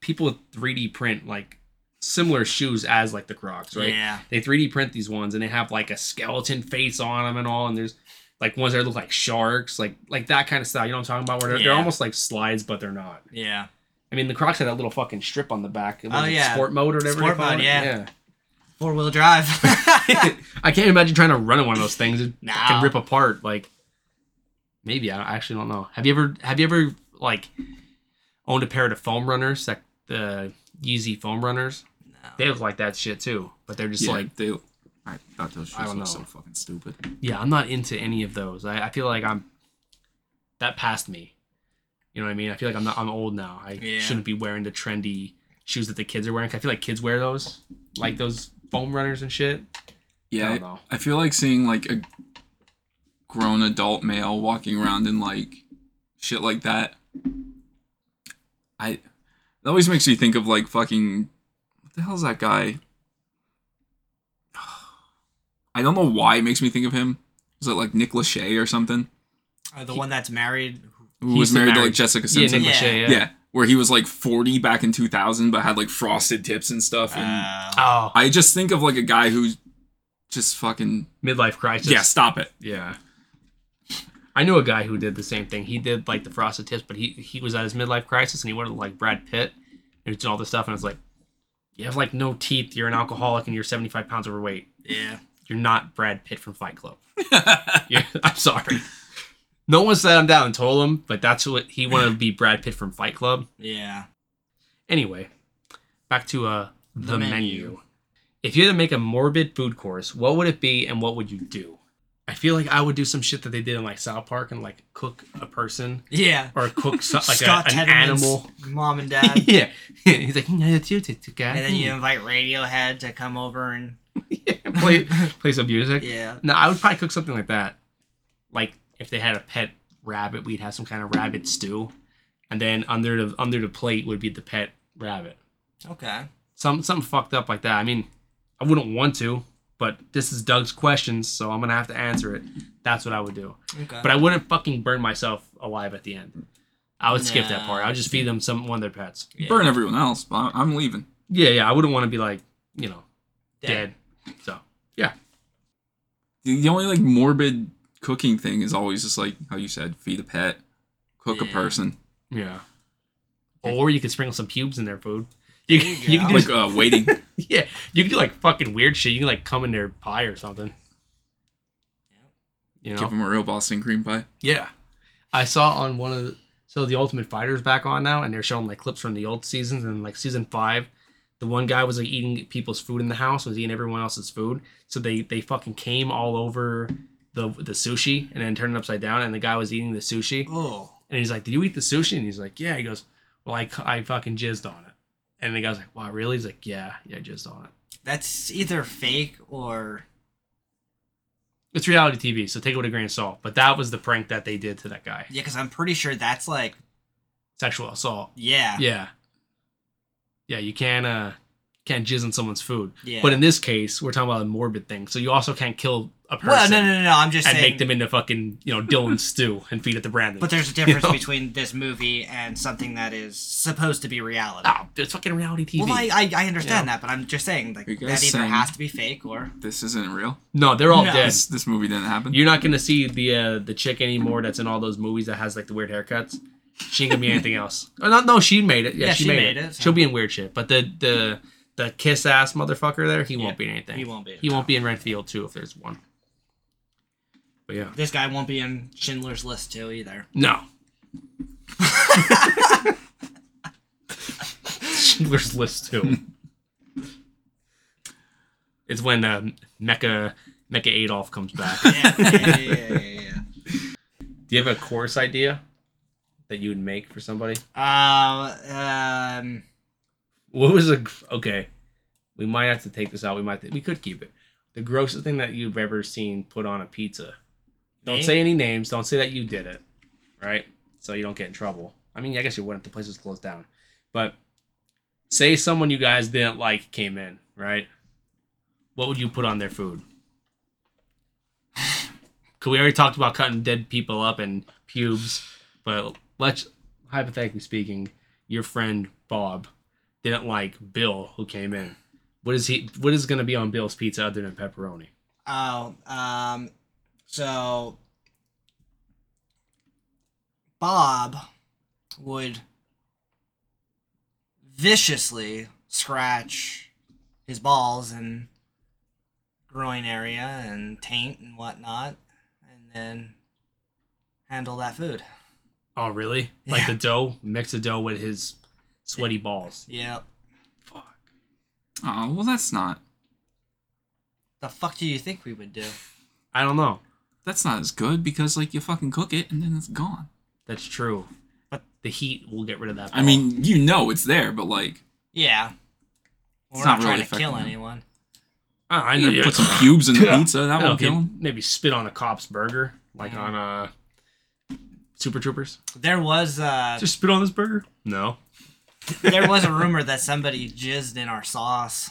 Speaker 4: people with 3D print like similar shoes as like the Crocs, right?
Speaker 2: yeah
Speaker 4: they 3D print these ones and they have like a skeleton face on them and all. And there's like ones that look like sharks, like like that kind of style. You know what I'm talking about? Where they're, they're
Speaker 2: Yeah.
Speaker 4: almost like slides, but they're not.
Speaker 2: yeah
Speaker 4: I mean, the Crocs had that little fucking strip on the back. It was
Speaker 2: Oh,
Speaker 4: like
Speaker 2: yeah.
Speaker 4: Sport mode or whatever.
Speaker 2: Sport
Speaker 4: they call
Speaker 2: mode,
Speaker 4: it.
Speaker 2: yeah. four-wheel drive
Speaker 4: Yeah. I can't imagine trying to run in one of those things. It
Speaker 2: No.
Speaker 4: can rip apart. Like maybe I I actually don't know. Have you ever have you ever like owned a pair of the foam runners, like the Yeezy foam runners? They look like that shit too, but they're just
Speaker 3: Yeah,
Speaker 4: like
Speaker 3: they I thought those
Speaker 4: I
Speaker 3: shoes
Speaker 4: don't
Speaker 3: looked
Speaker 4: know.
Speaker 3: so fucking stupid.
Speaker 4: Yeah, I'm not into any of those. I, I feel like I'm that passed me. You know what I mean? I feel like I'm not. I'm old now. I
Speaker 2: Yeah.
Speaker 4: shouldn't be wearing the trendy shoes that the kids are wearing. 'cause I feel like kids wear those, like those foam runners and shit.
Speaker 3: Yeah,
Speaker 4: I
Speaker 3: I,
Speaker 4: don't know.
Speaker 3: I feel like seeing like a grown adult male walking around in like shit like that. I that always makes me think of like fucking what the hell's that guy? I don't know why it makes me think of him. Is it like Nick Lachey or something?
Speaker 2: Uh, the one that's married. who-
Speaker 3: Who
Speaker 4: He's
Speaker 3: was
Speaker 4: the
Speaker 3: married to like
Speaker 4: married-
Speaker 3: Jessica
Speaker 4: Yeah,
Speaker 3: Simpson?
Speaker 4: Nick
Speaker 3: Yeah,
Speaker 2: Yeah.
Speaker 4: Lachey. Yeah.
Speaker 3: where he was like 40 back in 2000 but had like frosted tips and stuff. And
Speaker 2: Uh,
Speaker 4: Oh,
Speaker 3: I just think of like a guy who's just fucking
Speaker 4: midlife crisis.
Speaker 3: yeah, stop it.
Speaker 4: Yeah. I knew a guy who did the same thing. He did like the frosted tips, but he he was at his midlife crisis and he wanted to look like Brad Pitt and he was doing all this stuff. And I was like, you have like no teeth. You're an alcoholic and you're 75 pounds overweight.
Speaker 2: yeah.
Speaker 4: You're not Brad Pitt from Fight Club. You're- I'm sorry. No one sat him down and told him, but that's what he wanted to be Brad Pitt from Fight Club.
Speaker 2: Yeah.
Speaker 4: Anyway, back to uh the,
Speaker 2: The
Speaker 4: menu.
Speaker 2: menu.
Speaker 4: If you had to make a morbid food course, what would it be and what would you do? I feel like I would do some shit that they did in like South Park and like cook a person
Speaker 2: Yeah.
Speaker 4: or cook so- like
Speaker 2: Scott
Speaker 4: a, an
Speaker 2: Tedman's
Speaker 4: animal.
Speaker 2: mom and dad.
Speaker 4: yeah. He's like, "Yeah, that's you, that's you, guy."
Speaker 2: and then you invite Radiohead to come over and
Speaker 4: play play some music.
Speaker 2: yeah.
Speaker 4: No, I would probably cook something like that. Like if they had a pet rabbit, we'd have some kind of rabbit stew, and then under the under the plate would be the pet rabbit.
Speaker 2: Okay.
Speaker 4: Some something fucked up like that. I mean, I wouldn't want to, but this is Doug's question, so I'm gonna have to answer it. That's what I would do.
Speaker 2: Okay.
Speaker 4: But I wouldn't fucking burn myself alive at the end. I would skip that
Speaker 2: Nah.
Speaker 4: part. I would just feed them some one of their pets.
Speaker 2: Yeah.
Speaker 3: Burn everyone else. But I- I'm leaving.
Speaker 4: Yeah, yeah. I wouldn't want to be like, you know, dead. So
Speaker 3: The, the only like morbid cooking thing is always just like how you said, feed a pet, cook a
Speaker 2: Yeah.
Speaker 3: person,
Speaker 4: yeah. Or you could sprinkle some pubes in their food. You,
Speaker 2: There you
Speaker 4: you
Speaker 2: go.
Speaker 4: can do
Speaker 3: like uh, waiting.
Speaker 4: Yeah, you can do like fucking weird shit. You can like come in their pie or something. You
Speaker 3: Give
Speaker 4: know?
Speaker 3: them a real Boston cream pie.
Speaker 4: Yeah. I saw on one of the, so the Ultimate Fighter's back on now, and they're showing like clips from the old seasons and like season five. The one guy was like eating people's food in the house, was eating everyone else's food. So they they fucking came all over the the sushi and then turned it upside down, and the guy was eating the sushi.
Speaker 2: Oh.
Speaker 4: And he's like, "Did you eat the sushi?" And he's like, "Yeah." He goes, "Well, I, cu- I fucking jizzed on it." And the guy's like, "Wow, really?" He's like, "Yeah, yeah, I jizzed on it."
Speaker 2: That's either fake or
Speaker 4: It's reality TV, so take it with a grain of salt. But that was the prank that they did to that guy.
Speaker 2: yeah, because I'm pretty sure that's like
Speaker 4: Sexual assault.
Speaker 2: yeah,
Speaker 4: Yeah. Yeah, you can't uh can't jizz on someone's food.
Speaker 2: yeah.
Speaker 4: But in this case, we're talking about a morbid thing. So you also can't kill a person
Speaker 2: well, no, no, no, no. I'm just
Speaker 4: and
Speaker 2: saying.
Speaker 4: make them into fucking, you know, Dylan stew and feed it to Brandon.
Speaker 2: but there's a difference
Speaker 4: You know?
Speaker 2: between this movie and something that is supposed to be reality.
Speaker 4: Oh, it's fucking reality TV.
Speaker 2: Well, I, I, I understand that, but I'm just saying like
Speaker 3: You
Speaker 2: that
Speaker 3: guys
Speaker 2: either
Speaker 3: saying-
Speaker 2: has to be fake or
Speaker 3: This isn't real.
Speaker 4: no, they're all
Speaker 2: No.
Speaker 4: dead.
Speaker 3: This this movie didn't happen.
Speaker 4: You're not gonna see the uh, the chick anymore that's in all those movies that has like the weird haircuts. She ain't gonna be anything else. Oh, no, no, she made it. Yeah, she, made, it.
Speaker 2: so-
Speaker 4: She'll be in weird shit. But the the the kiss ass motherfucker there, he
Speaker 2: Yeah,
Speaker 4: won't be in anything.
Speaker 2: he won't be in
Speaker 4: He won't be in Renfield too if there's one. But yeah,
Speaker 2: this guy won't be in Schindler's List too either.
Speaker 4: no. Schindler's List too. it's when um, Mecha Mecha Adolf comes back.
Speaker 2: Yeah, yeah, yeah, yeah, yeah, yeah.
Speaker 4: Do you have a course idea that you would make for somebody?
Speaker 2: Uh, um,
Speaker 4: What was a okay? We might have to take this out. We might we could keep it. The grossest thing that you've ever seen put on a pizza. Don't
Speaker 2: Me?
Speaker 4: say any names. Don't say that you did it, right? So you don't get in trouble. I mean, I guess you wouldn't. The place was closed down. But say someone you guys didn't like came in, right? What would you put on their food? Cause we already talked about cutting dead people up and pubes, but let's hypothetically speaking, your friend Bob didn't like Bill who came in. What is he? What is going to be on Bill's pizza other than pepperoni?
Speaker 2: oh, um, so Bob would viciously scratch his balls and groin area and taint and whatnot, and then handle that food.
Speaker 4: Oh, really? Like
Speaker 2: Yeah.
Speaker 4: the dough? Mix the dough with his sweaty balls.
Speaker 2: Yep.
Speaker 4: Fuck.
Speaker 3: Uh, Oh well, that's not.
Speaker 2: The fuck do you think we would do?
Speaker 4: I don't know.
Speaker 3: That's not as good because like you fucking cook it and then it's gone.
Speaker 4: That's true. But the heat will get rid of that.
Speaker 2: Oh.
Speaker 3: I
Speaker 4: ball.
Speaker 3: mean, you know it's there, but like
Speaker 2: Yeah. We're
Speaker 3: It's
Speaker 2: not,
Speaker 3: not
Speaker 2: trying
Speaker 3: really
Speaker 2: to kill
Speaker 3: affecting
Speaker 2: anyone.
Speaker 4: I, Ah, I know.
Speaker 3: you put some cubes in the pizza, that
Speaker 4: I know,
Speaker 3: won't kill
Speaker 4: maybe,
Speaker 3: him.
Speaker 4: maybe spit on a cop's burger, like on uh, Super Troopers.
Speaker 2: There was uh
Speaker 4: Just spit on this burger? No.
Speaker 2: there was a rumor that somebody jizzed in our sauce.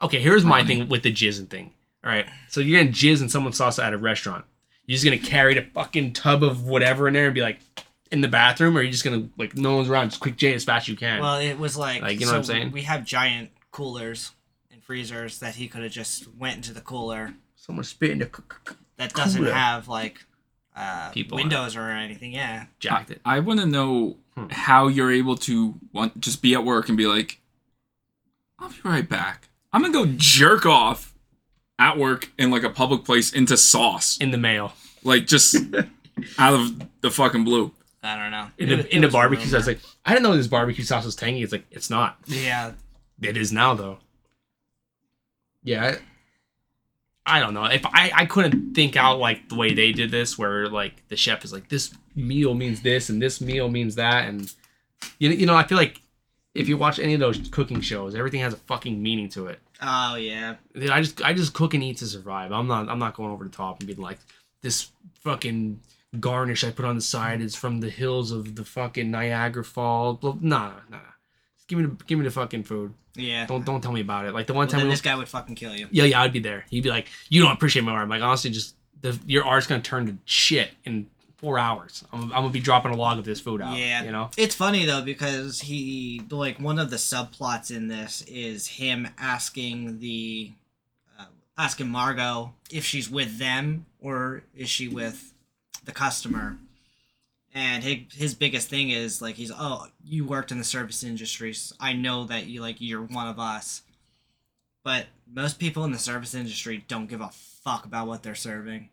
Speaker 4: Okay, here's my thing with the jizzing thing. All right, so you're gonna jizz in someone's salsa at a restaurant. You're just gonna carry the fucking tub of whatever in there and be like in the bathroom, or you're just gonna like no one's around, just quick jizz as fast as you can.
Speaker 2: Well, it was like,
Speaker 4: Like, you know what I'm saying?
Speaker 2: We have giant coolers and freezers that he could have just went into the cooler
Speaker 4: Someone spit in the c- c- c-
Speaker 2: that doesn't
Speaker 4: Cooler.
Speaker 2: have like uh,
Speaker 4: People on it.
Speaker 2: windows or anything. Yeah,
Speaker 4: jacked it.
Speaker 3: I want to know
Speaker 4: Hmm.
Speaker 3: how you're able to want, just be at work and be like, I'll be right back. I'm gonna go jerk off at work in like a public place into sauce,
Speaker 4: in the mail,
Speaker 3: like just out of the fucking blue.
Speaker 2: I don't know.
Speaker 4: in
Speaker 2: It
Speaker 4: the,
Speaker 2: was-
Speaker 4: in
Speaker 2: it
Speaker 4: the
Speaker 2: was a
Speaker 4: barbecue
Speaker 2: rumor.
Speaker 4: sauce. Like I didn't know this barbecue sauce was tangy. It's like it's not.
Speaker 2: yeah,
Speaker 4: It is now though. Yeah. I I don't know. If I I couldn't think out like the way they did this where like the chef is like this meal means this and this meal means that and you you know I feel like if you watch any of those cooking shows everything has a fucking meaning to it.
Speaker 2: oh yeah.
Speaker 4: Dude, I just I just cook and eat to survive. I'm not I'm not going over the top and being like this fucking garnish I put on the side is from the hills of the fucking Niagara Falls. Blah, nah, nah, nah. Just give me the give me the fucking food.
Speaker 2: Yeah.
Speaker 4: Don't don't tell me about it. Like the one
Speaker 2: Well,
Speaker 4: time
Speaker 2: then
Speaker 4: we
Speaker 2: this guy would fucking kill you.
Speaker 4: yeah, yeah, I'd be there. He'd be like, "You don't appreciate my art." I'm like, honestly, just the, your art's gonna turn to shit in four hours. I'm, I'm gonna be dropping a log of this food out.
Speaker 2: Yeah.
Speaker 4: you know.
Speaker 2: It's funny though because he like one of the subplots in this is him asking the uh, asking Margot if she's with them or is she with the customer. And his, his biggest thing is like he's oh you worked in the service industries I know that you like you're one of us, but most people in the service industry don't give a fuck about what they're serving.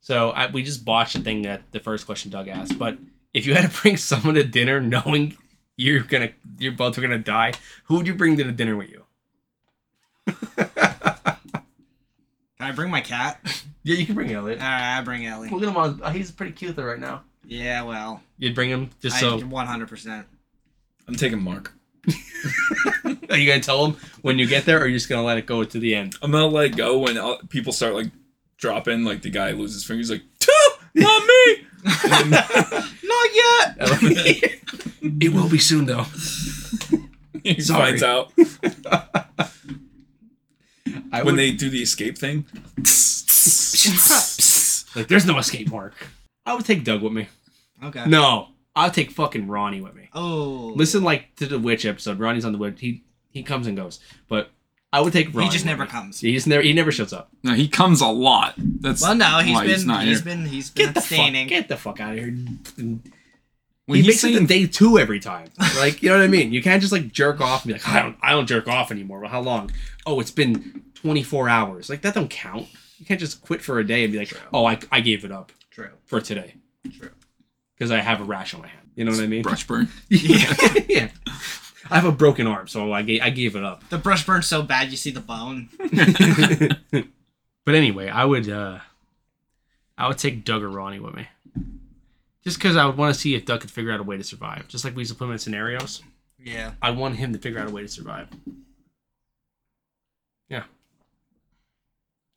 Speaker 4: So I, we just botched the thing that the first question Doug asked. But if you had to bring someone to dinner, knowing you're gonna, you're both are gonna die, who would you bring to the dinner with you?
Speaker 2: Can I bring my cat?
Speaker 4: Yeah, you can bring Elliot.
Speaker 2: All right, I bring Ellie.
Speaker 4: Look at him on. oh, he's pretty cute though right now.
Speaker 2: Yeah, well,
Speaker 4: You'd bring him just
Speaker 2: I
Speaker 4: so.
Speaker 2: 100%.
Speaker 5: I'm taking Mark.
Speaker 4: Are you gonna tell him when you get there, or are you just gonna let it go to the end?
Speaker 5: I'm gonna let go when uh, people start like dropping. Like the guy loses his finger. He's like, "Tuh, not me.
Speaker 2: Not yet.
Speaker 4: it will be soon though.
Speaker 5: He
Speaker 4: Sorry.
Speaker 5: finds out
Speaker 4: I
Speaker 5: when
Speaker 4: would-
Speaker 5: they do the escape thing.
Speaker 4: Like, there's no escape mark. I would take Doug with me.
Speaker 2: Okay.
Speaker 4: No, I'll take fucking Ronnie with me.
Speaker 2: Oh.
Speaker 4: Listen, like to the witch episode. Ronnie's on the witch. He he comes and goes, but I would take Ronnie.
Speaker 2: just
Speaker 4: with
Speaker 2: never
Speaker 4: me.
Speaker 2: comes.
Speaker 4: He just never he never shows up.
Speaker 3: No, he comes a lot. That's
Speaker 2: Well, no, he's
Speaker 3: why
Speaker 2: been,
Speaker 3: he's not
Speaker 2: he's
Speaker 3: here.
Speaker 2: been he's been
Speaker 4: Get the fuck,
Speaker 2: abstaining.
Speaker 4: get the fuck out of here.
Speaker 3: When
Speaker 4: he
Speaker 3: he's
Speaker 4: makes it to
Speaker 3: saying-
Speaker 4: day two every time. Like you know what I mean. You can't just like jerk off and be like I don't I don't jerk off anymore. Well, how long? Oh, it's been 24 hours. Like that don't count. You can't just quit for a day and be like, oh, I, I gave it up
Speaker 2: True.
Speaker 4: for today
Speaker 2: True.
Speaker 4: because I have a rash on my hand. You know what I mean?
Speaker 3: brush burn.
Speaker 4: Yeah. yeah. I have a broken arm, so I gave, I gave it up.
Speaker 2: The brush burns so bad you see the bone.
Speaker 4: But anyway, I would uh I would take Doug or Ronnie with me. Just because I would want to see if Doug could figure out a way to survive. Just like we used to put him in scenarios,
Speaker 2: Yeah.
Speaker 4: I want him to figure out a way to survive. Yeah.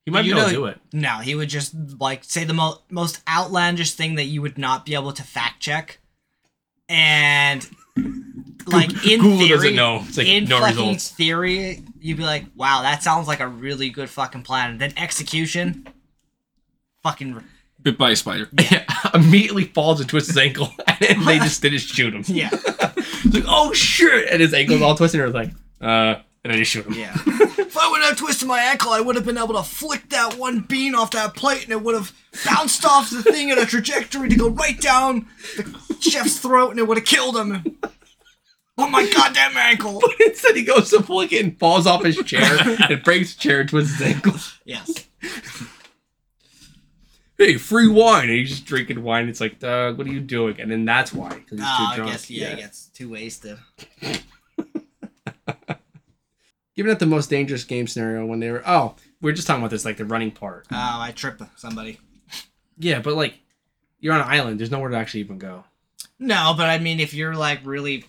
Speaker 4: He might
Speaker 2: But
Speaker 4: be
Speaker 2: you
Speaker 4: able to
Speaker 2: know-
Speaker 4: do it.
Speaker 2: No, he would just like say the mo- most outlandish thing that you would not be able to fact check, and like in
Speaker 4: Google
Speaker 2: theory,
Speaker 4: doesn't know. It's like
Speaker 2: in
Speaker 4: no
Speaker 2: fucking
Speaker 4: results.
Speaker 2: theory, you'd be like, "Wow, that sounds like a really good fucking plan." And then execution, fucking r-
Speaker 3: Bit by a spider.
Speaker 4: Yeah, immediately falls and twists his ankle, and they just didn't shoot him.
Speaker 2: yeah,
Speaker 4: It's like, oh shit! And his ankle's all twisted, and I was like, uh, and I just shoot him.
Speaker 2: yeah. if I would have twisted my ankle, I would have been able to flick that one bean off that plate, and it would have bounced off the thing at a trajectory to go right down the chef's throat, and it would have killed him. Oh my goddamn ankle!
Speaker 4: Instead, he goes to flick it and falls off his chair and breaks his chair and twists his ankle.
Speaker 2: Yes.
Speaker 4: Hey, free wine! And he's just drinking wine. It's like, Doug, what are you doing? And then that's why, because he's
Speaker 2: Ah,
Speaker 4: too
Speaker 2: I
Speaker 4: drunk.
Speaker 2: guess yeah, he gets too wasted.
Speaker 4: Giving up the most dangerous game scenario when they were. Oh, we were just talking about this, like the running part.
Speaker 2: Oh, I trip somebody.
Speaker 4: Yeah, but like, you're on an island. There's nowhere to actually even go.
Speaker 2: No, but I mean, if you're like really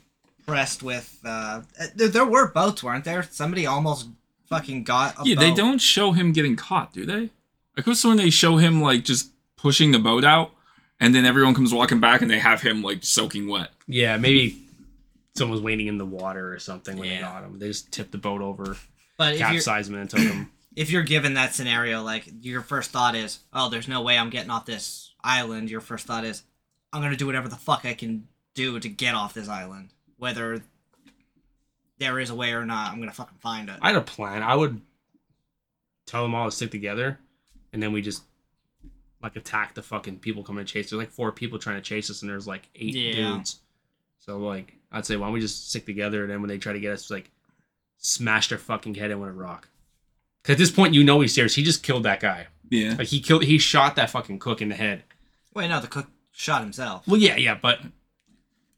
Speaker 2: pressed with, uh, there, there were boats, weren't there? Somebody almost fucking got. A
Speaker 3: yeah, they
Speaker 2: boat.
Speaker 3: don't show him getting caught, do they? I could when they show him like just pushing the boat out, and then everyone comes walking back, and they have him like soaking wet.
Speaker 4: Yeah, maybe someone was waiting in the water or something when they
Speaker 2: Yeah.
Speaker 4: got him. They just tipped the boat over,
Speaker 2: But if you're,
Speaker 4: capsized him, and took him.
Speaker 2: if you're given that scenario, like your first thought is, "Oh, there's no way I'm getting off this island." Your first thought is, "I'm gonna do whatever the fuck I can do to get off this island, whether there is a way or not. I'm gonna fucking find it."
Speaker 4: I had a plan. I would tell them all to stick together, and then we just like attack the fucking people coming to chase. There's like four people trying to chase us, and there's like eight
Speaker 2: Yeah.
Speaker 4: dudes. So like, I'd say why don't we just stick together, and then when they try to get us, like smash their fucking head in with a rock. 'Cause at this point, you know he's serious. He just killed that guy.
Speaker 3: Yeah,
Speaker 4: Like he killed, he shot that fucking cook in the head.
Speaker 2: Wait, no, the cook shot himself.
Speaker 4: Well, yeah, yeah, but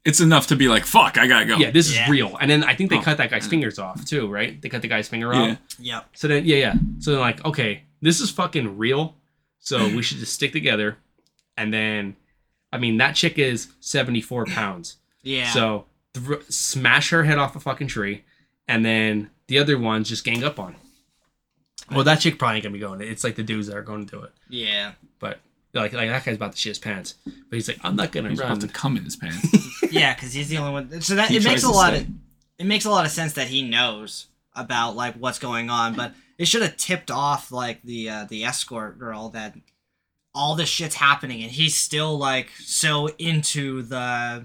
Speaker 3: it's enough to be like, fuck, I gotta go.
Speaker 4: yeah, this
Speaker 2: Yeah.
Speaker 4: is real. And then I think they
Speaker 3: Oh.
Speaker 4: cut that guy's fingers off too, right? They cut the guy's finger
Speaker 3: Yeah.
Speaker 4: off.
Speaker 2: Yep.
Speaker 4: So then, yeah, yeah. So then, like, okay, this is fucking real. So we should just stick together. And then, I mean, that chick is 74 pounds.
Speaker 2: Yeah.
Speaker 4: So thr smash her head off a fucking tree. And then the other ones just gang up on. Well, that chick probably ain't gonna be going. It's like the dudes that are going to do it.
Speaker 2: yeah.
Speaker 4: But like, like that guy's about to shit his pants. But he's like, I'm not gonna
Speaker 3: he's
Speaker 4: run.
Speaker 3: about to come in his pants.
Speaker 2: Yeah, because he's the only one. So that
Speaker 3: He
Speaker 2: it
Speaker 3: tries
Speaker 2: makes a
Speaker 3: to
Speaker 2: lot
Speaker 3: stay.
Speaker 2: of it makes a lot of sense that he knows about like what's going on, but it should have tipped off like the uh, the escort girl that all this shit's happening, and he's still like so into the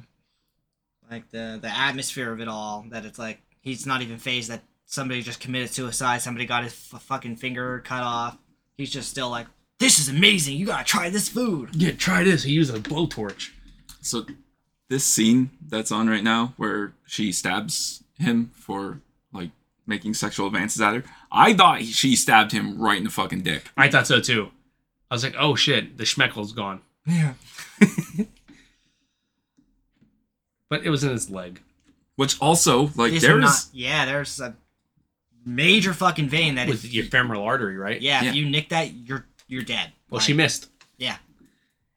Speaker 2: like the the atmosphere of it all that it's like he's not even phased that somebody just committed suicide, somebody got his f- fucking finger cut off. He's just still like, this is amazing. You gotta try this food.
Speaker 4: yeah, try this. He used a blowtorch.
Speaker 3: So this scene that's on right now where she stabs him for like making sexual advances at her. I thought he- she stabbed him right in the fucking dick.
Speaker 4: I thought so too. I was like, oh shit, the schmeckel's gone.
Speaker 2: Yeah.
Speaker 4: But it was in his leg.
Speaker 3: Which also like
Speaker 2: These are
Speaker 3: there is
Speaker 2: not- yeah, there's a major fucking vein that
Speaker 4: with
Speaker 2: if,
Speaker 4: your femoral artery, right?
Speaker 2: yeah,
Speaker 3: Yeah.
Speaker 2: if you nick that, you're you're dead.
Speaker 4: Well, she
Speaker 2: Like,
Speaker 4: missed.
Speaker 2: yeah.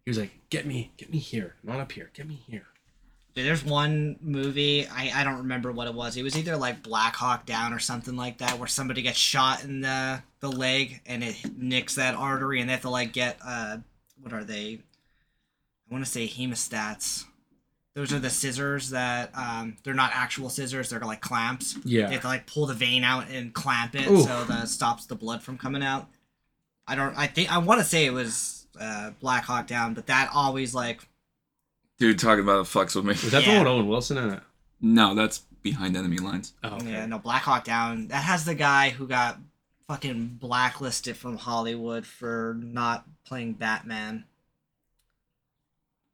Speaker 4: He was like, "Get me, get me here, not up here. Get me here."
Speaker 2: There's one movie I I don't remember what it was. It was either like Black Hawk Down or something like that, where somebody gets shot in the the leg and it nicks that artery, and they have to like get uh what are they? I want to say hemostats. Those are the scissors that um they're not actual scissors. They're like clamps. They
Speaker 4: Yeah.
Speaker 2: have to like pull the vein out and clamp it
Speaker 4: Oof.
Speaker 2: so that it stops the blood from coming out. I don't. I think I want to say it was uh, Black Hawk Down, but that always like
Speaker 3: dude talking about it fucks with me.
Speaker 4: Was that
Speaker 2: Yeah.
Speaker 4: the one with Owen Wilson in it?
Speaker 3: No, that's behind enemy lines.
Speaker 4: Oh,
Speaker 2: yeah no Black Hawk Down that has the guy who got fucking blacklisted from Hollywood for not playing Batman.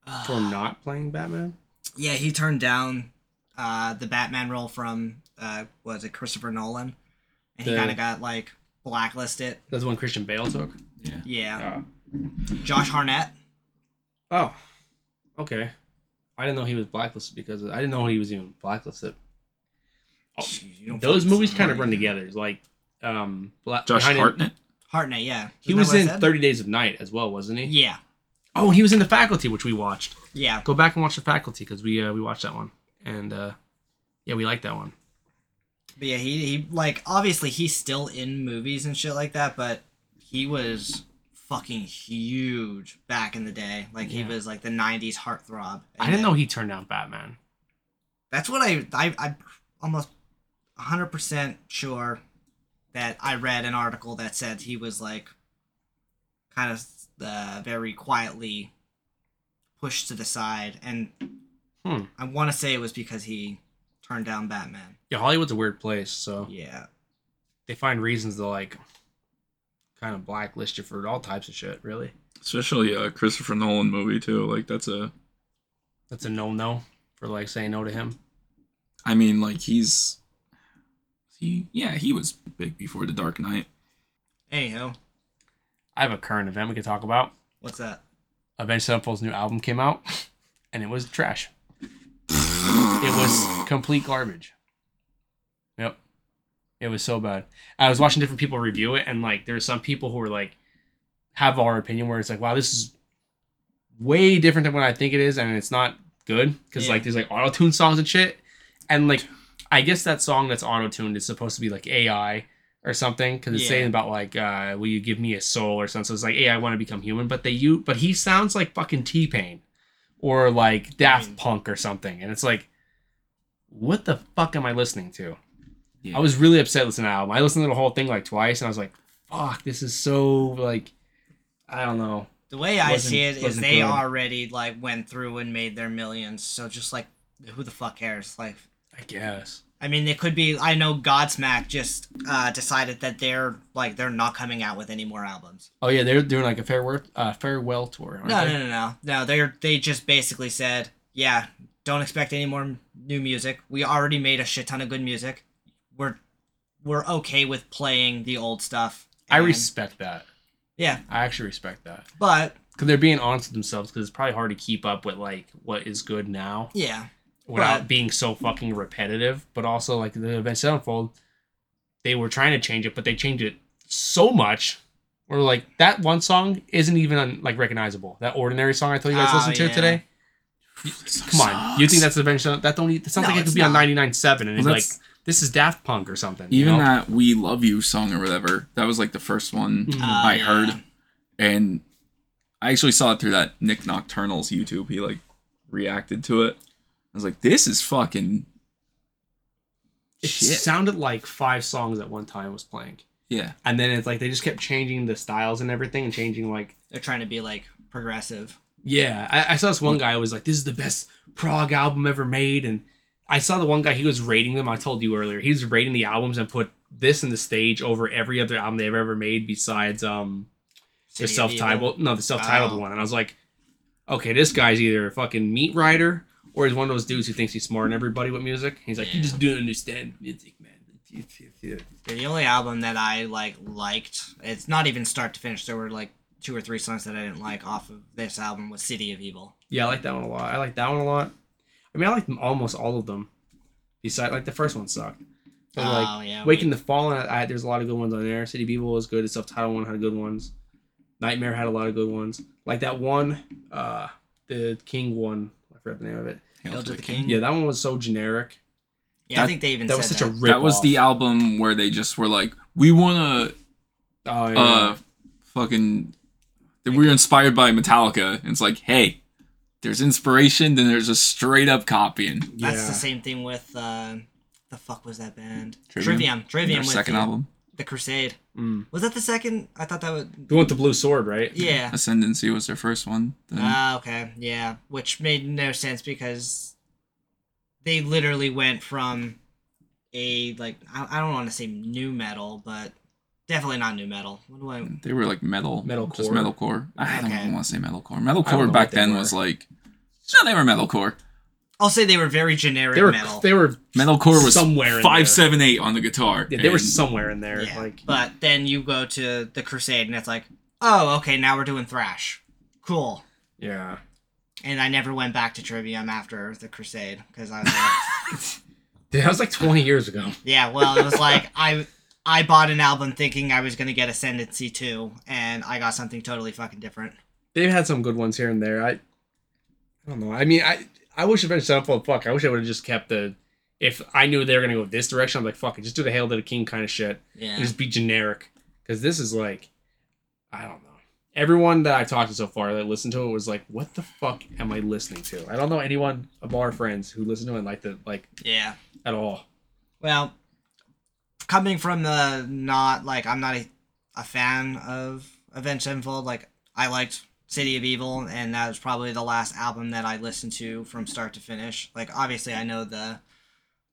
Speaker 2: Uh,
Speaker 4: For not playing Batman.
Speaker 2: Yeah, he turned down uh, the Batman role from uh, was it Christopher Nolan, and he
Speaker 4: The-
Speaker 2: kind of got like blacklisted.
Speaker 4: That's the one Christian Bale took.
Speaker 2: Yeah,
Speaker 4: Oh.
Speaker 2: Josh Harnett.
Speaker 4: Oh. Okay. I didn't know he was blacklisted because I didn't know he was even blacklisted. Oh,
Speaker 2: You don't
Speaker 4: Those
Speaker 2: fucking
Speaker 4: movies
Speaker 2: say.
Speaker 4: kind of run together. It's Like, um, Bla-
Speaker 3: Josh
Speaker 4: behind it-
Speaker 3: Hartnett.
Speaker 2: Hartnett, yeah.
Speaker 4: He
Speaker 2: Isn't that
Speaker 4: was
Speaker 2: what I
Speaker 4: in
Speaker 2: said?
Speaker 4: Thirty Days of Night as well, wasn't he?
Speaker 2: Yeah,
Speaker 4: Oh, and he was in The Faculty, which we watched.
Speaker 2: yeah.
Speaker 4: go back and watch the faculty because we uh, we watched that one and uh yeah we like that one
Speaker 2: But yeah, he, he like obviously he's still in movies and shit like that, but he was fucking huge back in the day. Like he
Speaker 4: Yeah.
Speaker 2: was like the '90s heartthrob.
Speaker 4: i
Speaker 2: And
Speaker 4: didn't
Speaker 2: then-
Speaker 4: know he turned down batman
Speaker 2: That's what I I I almost 100 percent sure that I read an article that said he was like kind of uh, very quietly pushed to the side, and
Speaker 4: Hmm.
Speaker 2: I want to say it was because he turned down Batman.
Speaker 4: yeah hollywood's a weird place so
Speaker 2: Yeah.
Speaker 4: they find reasons to like kind of blacklist you for all types of shit really
Speaker 3: Especially a Christopher Nolan movie too. Like that's a
Speaker 4: that's a no-no for like saying no to him
Speaker 3: I mean like he's he yeah, he was big before the Dark Knight.
Speaker 2: Anywho,
Speaker 4: i have a current event we could talk about
Speaker 2: what's that?
Speaker 4: avenged sevenfold's new album came out and it was trash it was complete garbage yep It was so bad. I was watching different people review it, and like there are some people who are like have our opinion where it's like, wow, this is way different than what I think it is, and it's not good because
Speaker 2: Yeah.
Speaker 4: like there's like auto tune songs and shit, and like I guess that song that's auto tuned is supposed to be like AI or something because it's
Speaker 2: Yeah.
Speaker 4: saying about like, uh, will you give me a soul or something? So it's like, hey, I want to become human, but they you, but he sounds like fucking T Pain or like Daft
Speaker 2: mean-
Speaker 4: Punk or something, and it's like, what the fuck am I listening to?
Speaker 3: Yeah.
Speaker 4: I was really upset listening to the album. I listened to the whole thing like twice, and I was like, "Fuck, this is so like, I don't know."
Speaker 2: The way I
Speaker 4: Wasn't-
Speaker 2: see it is
Speaker 4: wasn't
Speaker 2: they
Speaker 4: good.
Speaker 2: already like went through and made their millions. So just like, who the fuck cares? Like,
Speaker 4: I guess.
Speaker 2: I mean, they could be. I know Godsmack just uh, decided that they're like they're not coming out with any more albums.
Speaker 4: Oh yeah, they're doing like a fair work, uh, farewell tour. aren't
Speaker 2: No,
Speaker 4: they?
Speaker 2: no, no, no, no. They're they just basically said, yeah, don't expect any more new music. We already made a shit ton of good music. We're we're okay with playing the old stuff.
Speaker 4: I
Speaker 2: and-
Speaker 4: respect that.
Speaker 2: Yeah,
Speaker 4: I actually respect that
Speaker 2: but
Speaker 4: because they're being honest with themselves. Because it's probably hard to keep up with like what is good now
Speaker 2: yeah,
Speaker 4: without
Speaker 2: Right.
Speaker 4: being so fucking repetitive. But also like the events that unfold, they were trying to change it, but they changed it so much. Or like that one song isn't even like recognizable. That ordinary song I told you guys
Speaker 3: Ah,
Speaker 2: Oh,
Speaker 4: listened to
Speaker 2: yeah.
Speaker 4: today. Come on, you think that's the Avenged Sevenfold- That don't. e, That sounds
Speaker 2: No,
Speaker 4: like it
Speaker 2: it's
Speaker 4: could be on
Speaker 2: not.
Speaker 4: ninety nine seven, and
Speaker 3: Well,
Speaker 4: it's
Speaker 3: that's-
Speaker 4: like this is Daft Punk or something. you
Speaker 3: Even
Speaker 4: know?
Speaker 3: that "We Love You" song or whatever, that was like the first one
Speaker 4: Mhm.
Speaker 2: Ah,
Speaker 3: I
Speaker 2: yeah.
Speaker 3: heard, and I actually saw it through that Nick Nocturnal's YouTube. He like reacted to it. I was like, "This is fucking
Speaker 4: it
Speaker 3: shit."
Speaker 4: sounded like five songs at one time was playing,
Speaker 3: yeah,
Speaker 4: and then it's like they just kept changing the styles and everything, and changing like
Speaker 2: they're trying to be like progressive.
Speaker 4: Yeah, I, I saw this one guy who was like, "This is the best prog album ever made," and I saw the one guy he was rating them. I told you earlier he was rating the albums and put this in the stage over every other album they've ever made besides um
Speaker 2: City
Speaker 4: the
Speaker 2: of Evil.
Speaker 4: self-titled no the self-titled
Speaker 2: Oh.
Speaker 4: one. And I was like, okay, this guy's either a fucking meat rider or he's one of those dudes who thinks he's smarter than everybody with music. He's like, you just don't understand music, man.
Speaker 2: The only album that I like liked, it's not even start to finish. There were like two or three songs that I didn't like off of this album was City of Evil.
Speaker 4: Yeah, I like that one a lot. I like that one a lot. I mean, I like them- almost all of them. Besides, like the first one sucked. But, like,
Speaker 2: oh yeah.
Speaker 4: Waking the Fallen, I, I, there's a lot of good ones on there. City People was good. Self Title One had good ones. Nightmare had a lot of good ones. Like that one, uh, the King one. I forgot the name of it.
Speaker 3: Hail
Speaker 2: Hail
Speaker 3: to the
Speaker 2: King.
Speaker 4: Yeah, that one was so generic.
Speaker 2: Yeah, I
Speaker 3: That-
Speaker 2: think they even
Speaker 4: That
Speaker 2: said
Speaker 4: was such a
Speaker 2: that.
Speaker 4: rip.
Speaker 3: That was the album where they just were like, "We want
Speaker 4: oh,
Speaker 3: to, uh, fucking." We were inspired by Metallica, and it's like, hey, there's inspiration, then there's just straight up copying.
Speaker 4: yeah.
Speaker 2: That's the same thing with uh, the fuck was that band?
Speaker 3: Trivium?
Speaker 2: Trivium. Trivium
Speaker 3: Their
Speaker 2: with
Speaker 3: second
Speaker 2: the,
Speaker 3: album,
Speaker 2: The Crusade.
Speaker 4: Mm.
Speaker 2: Was that the second? I thought that was
Speaker 4: the one with the blue sword, right?
Speaker 2: yeah.
Speaker 3: Ascendancy was their first one. Then
Speaker 2: Ah, okay. Yeah. Which made no sense because they literally went from a like I, I don't want to say new metal, but definitely not new metal. What do I
Speaker 3: they were like metal, just
Speaker 4: Metalcore.
Speaker 3: metalcore. I don't
Speaker 2: Okay.
Speaker 3: even want to say metalcore.
Speaker 4: I don't know
Speaker 3: Metalcore back
Speaker 4: what they
Speaker 3: then
Speaker 4: were.
Speaker 3: was like, no, they were metalcore.
Speaker 2: I'll say they were very generic
Speaker 4: They were
Speaker 2: metal.
Speaker 4: they were
Speaker 3: Metalcore was
Speaker 4: Somewhere in there.
Speaker 3: five seven eight on the guitar.
Speaker 4: yeah, they were
Speaker 3: and
Speaker 4: somewhere in there.
Speaker 2: yeah.
Speaker 4: Like
Speaker 2: but then you go to the Crusade and it's like, oh, okay, now we're doing thrash. Cool.
Speaker 4: yeah,
Speaker 2: And I never went back to Trivium after the Crusade because I was like,
Speaker 4: Dude, that was like 20 years ago.
Speaker 2: yeah, well, it was like I I bought an album thinking I was gonna get Ascendancy too, and I got something totally fucking different.
Speaker 4: They've had some good ones here and there. I, I don't know. I mean, I I wish Avenged Sevenfold. Fuck, I wish I would have just kept the. If I knew they were gonna go this direction, I'm like, fuck it, just do the Hail to the King kind of shit.
Speaker 2: Yeah.
Speaker 4: and just be generic because this is like i don't know everyone that i talked to so far that listened to it was like what the fuck am i listening to i don't know anyone of our friends who listened to it and liked it like
Speaker 2: Yeah.
Speaker 4: at all
Speaker 2: Well, coming from the not like I'm not a, a fan of Avenged Sevenfold. Like I liked City of Evil, and that was probably the last album that I listened to from start to finish. Like obviously I know the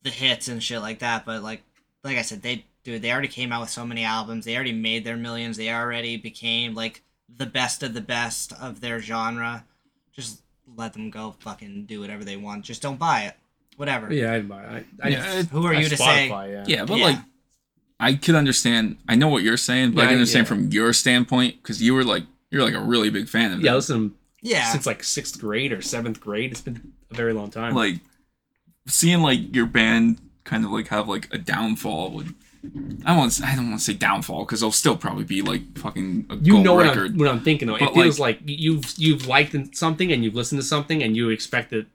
Speaker 2: the hits and shit like that, but like like I said, they dude they already came out with so many albums. They already made their millions. They already became like the best of the best of their genre. Just let them go fucking do whatever they want. Just don't buy it. Whatever.
Speaker 4: yeah i buy it. I, I,
Speaker 3: Yeah, it-
Speaker 2: Who are
Speaker 4: I
Speaker 2: you to say?
Speaker 4: Spotify, yeah.
Speaker 3: Yeah, but
Speaker 2: Yeah.
Speaker 3: like, I could understand. I know what you're saying, but I
Speaker 4: Yeah,
Speaker 3: can understand
Speaker 4: yeah.
Speaker 3: from your standpoint because you were like, you're like a really big fan of
Speaker 4: yeah i
Speaker 3: them.
Speaker 4: listened to them
Speaker 2: Yeah.
Speaker 4: since like sixth grade or seventh grade it's been a very long time
Speaker 3: Like, seeing like your band kind of like have like a downfall would I want. I don't want to say downfall because they'll still probably be like fucking a
Speaker 4: You
Speaker 3: gold
Speaker 4: know what
Speaker 3: record.
Speaker 4: I'm, what I'm thinking. Though. It
Speaker 3: But,
Speaker 4: feels like, you've you've liked something and you've listened to something and you expect it.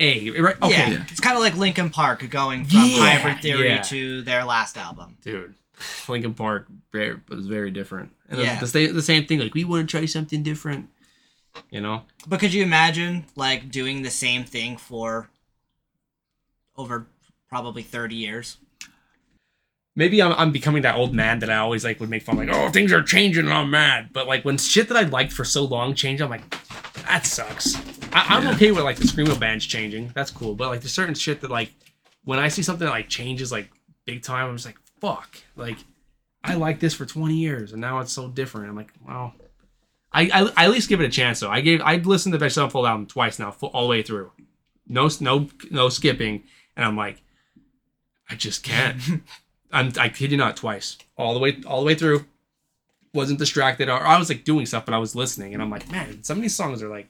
Speaker 4: A right? Okay,
Speaker 2: yeah.
Speaker 3: yeah.
Speaker 2: It's kind of like Linkin Park going from
Speaker 4: Yeah,
Speaker 2: Hybrid Theory
Speaker 4: yeah.
Speaker 2: to their last album.
Speaker 4: dude. Lincoln Park very, was very different. And
Speaker 2: Yeah.
Speaker 4: yeah. the, sta- the same thing. Like we want to try something different. You know.
Speaker 2: But could you imagine like doing the same thing for over probably 30 years?
Speaker 4: Maybe I'm, I'm becoming that old man that I always like would make fun like, oh, things are changing and I'm mad. But like when shit that I liked for so long changed, I'm like, that sucks. I, I'm okay with like the screamo bands changing. That's cool. But like there's certain shit that like when I see something that like changes like big time, I'm just like, fuck. Like I liked this for 20 years and now it's so different. I'm like, wow. I, I, I at least give it a chance though. I gave I listened to their full album twice now, full, all the way through. No s- no no skipping, and I'm like, I just can't. I'm I kid you not, twice. All the way all the way through. Wasn't distracted or I was like doing stuff, but I was listening and I'm like, man, some of these songs are like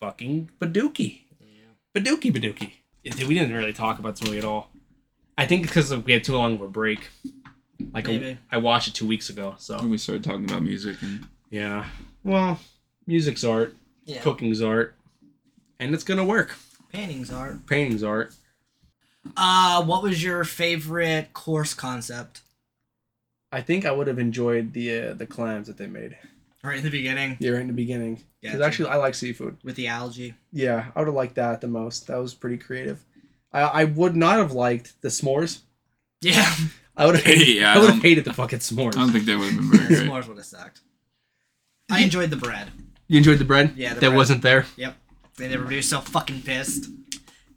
Speaker 4: fucking badookie. Badookie badookie. Yeah, dude, we didn't really talk about this movie at all. I think because we had too long of a break. Like a,
Speaker 2: Maybe.
Speaker 4: I watched it two weeks ago, so
Speaker 3: When we started talking about music and
Speaker 4: yeah. Well, music's art,
Speaker 2: Yeah.
Speaker 4: cooking's art, and it's gonna work.
Speaker 2: Paintings are.
Speaker 4: Painting's art.
Speaker 2: Uh, what was your favorite course concept?
Speaker 4: I think I would have enjoyed the uh, the clams that they made.
Speaker 2: Right in the beginning
Speaker 4: Yeah, right in the beginning. 'Cause
Speaker 2: Gotcha.
Speaker 4: actually, I like seafood.
Speaker 2: with the algae.
Speaker 4: Yeah, I would have liked that the most. That was pretty creative. I, I would not have liked the s'mores.
Speaker 2: Yeah.
Speaker 4: I would have hated,
Speaker 3: Yeah, I
Speaker 4: I would have
Speaker 3: don't-
Speaker 4: hated the fucking
Speaker 3: I don't
Speaker 4: s'mores.
Speaker 3: think that would have been
Speaker 2: yeah
Speaker 3: very great.
Speaker 2: s'mores would have sucked. I enjoyed the bread.
Speaker 4: You enjoyed the bread?
Speaker 2: Yeah, the
Speaker 4: that
Speaker 2: bread.
Speaker 4: wasn't there.
Speaker 2: Yep. And everybody was so fucking pissed.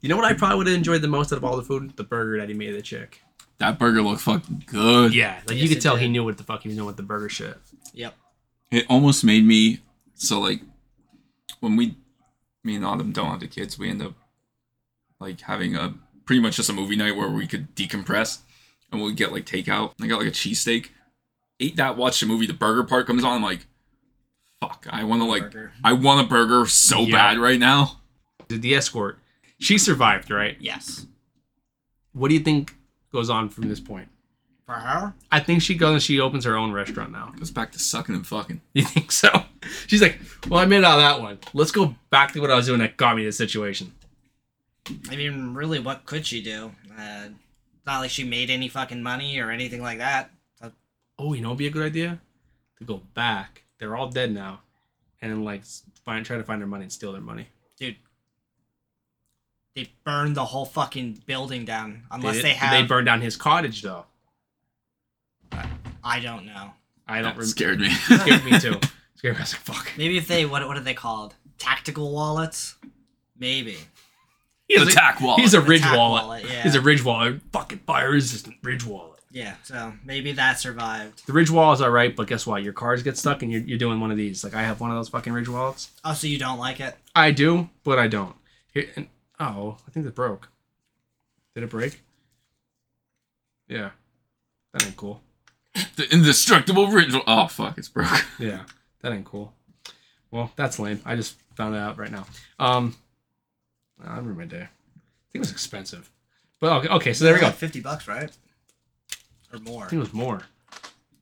Speaker 4: You know what I probably would have enjoyed the most out of all the food? The burger that he made of the chick.
Speaker 3: That burger looked fucking good.
Speaker 4: Yeah, like you
Speaker 2: Yes,
Speaker 4: could
Speaker 2: it
Speaker 4: tell he
Speaker 2: did.
Speaker 4: knew what the fuck he was doing with the burger shit.
Speaker 2: Yep.
Speaker 3: It almost made me so like when we me and Autumn don't have the kids, we end up like having a pretty much just a movie night where we could decompress and we get like takeout. I got like a cheesesteak. Ate that, watched the movie, the burger part comes on, I'm like, fuck, I wanna like
Speaker 2: Burger.
Speaker 3: I want a burger so
Speaker 4: Yeah.
Speaker 3: bad right now.
Speaker 4: Did the escort? She survived, right?
Speaker 2: Yes.
Speaker 4: What do you think goes on from this point?
Speaker 2: For her?
Speaker 4: I think she goes and she opens her own restaurant now.
Speaker 3: Goes back to sucking and fucking.
Speaker 4: You think so? She's like, well, I made it out of that one. Let's go back to what I was doing that got me this situation.
Speaker 2: I mean, really, what could she do? Uh, it's not like she made any fucking money or anything like that.
Speaker 4: Oh, you know, it'd be a good idea to go back. They're all dead now, and then like s- find try to find their money and steal their money.
Speaker 2: Dude, they burned the whole fucking building down. Unless
Speaker 4: Did-
Speaker 2: they
Speaker 4: did
Speaker 2: have.
Speaker 4: they burn down his cottage though.
Speaker 2: I don't know.
Speaker 4: I don't
Speaker 3: That
Speaker 4: remember.
Speaker 3: scared me.
Speaker 4: Scared me too. Scared me. I was like, fuck.
Speaker 2: Maybe if they. What, what are they called? Tactical wallets? Maybe.
Speaker 4: He's
Speaker 3: the tack wall.
Speaker 4: He's a ridge
Speaker 2: tack
Speaker 4: wallet.
Speaker 2: wallet, yeah.
Speaker 4: He's a ridge wallet. Fucking fire resistant ridge wallet.
Speaker 2: Yeah, so maybe that survived.
Speaker 4: The ridge wall is all right, but guess what? Your cars get stuck, and you're, you're doing one of these. Like I have one of those fucking ridge wallets.
Speaker 2: Oh, so you don't like it?
Speaker 4: I do, but I don't. Here, and, oh, I think it broke. Did it break? Yeah. That ain't cool.
Speaker 3: the indestructible original. Oh fuck, it's broke.
Speaker 4: Yeah. That ain't cool. Well, that's lame. I just found it out right now. Um, I remember my day. I think it was expensive. But okay, okay so there we go. I
Speaker 2: Like Fifty bucks, right? Or more.
Speaker 4: think it was more.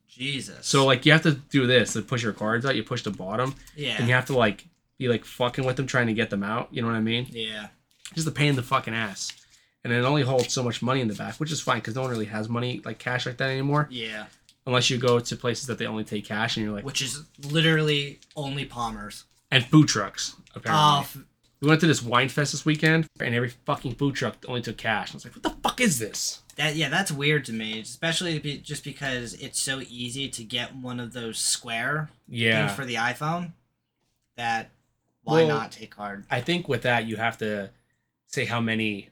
Speaker 2: Jesus.
Speaker 4: So like you have to do this to push your cards out. You push the bottom, and you
Speaker 2: yeah,
Speaker 4: have to like be like fucking with them, trying to get them out. You know what I mean?
Speaker 2: yeah,
Speaker 4: just a pain in the fucking ass. And it only holds so much money in the back, which is fine because no one really has money like cash like that anymore,
Speaker 2: yeah.
Speaker 4: unless you go to places that they only take cash and you're like,
Speaker 2: Which is literally only Palmer's.
Speaker 4: and food trucks. Apparently,
Speaker 2: Oh, f-
Speaker 4: we went to this wine fest this weekend, and every fucking food truck only took cash. I was like, what the fuck is this?
Speaker 2: that yeah, that's weird to me, especially be, just because it's so easy to get one of those square
Speaker 4: Yeah,
Speaker 2: things for the iPhone. That why
Speaker 4: Well-
Speaker 2: not take card?
Speaker 4: I think with that you have to say how many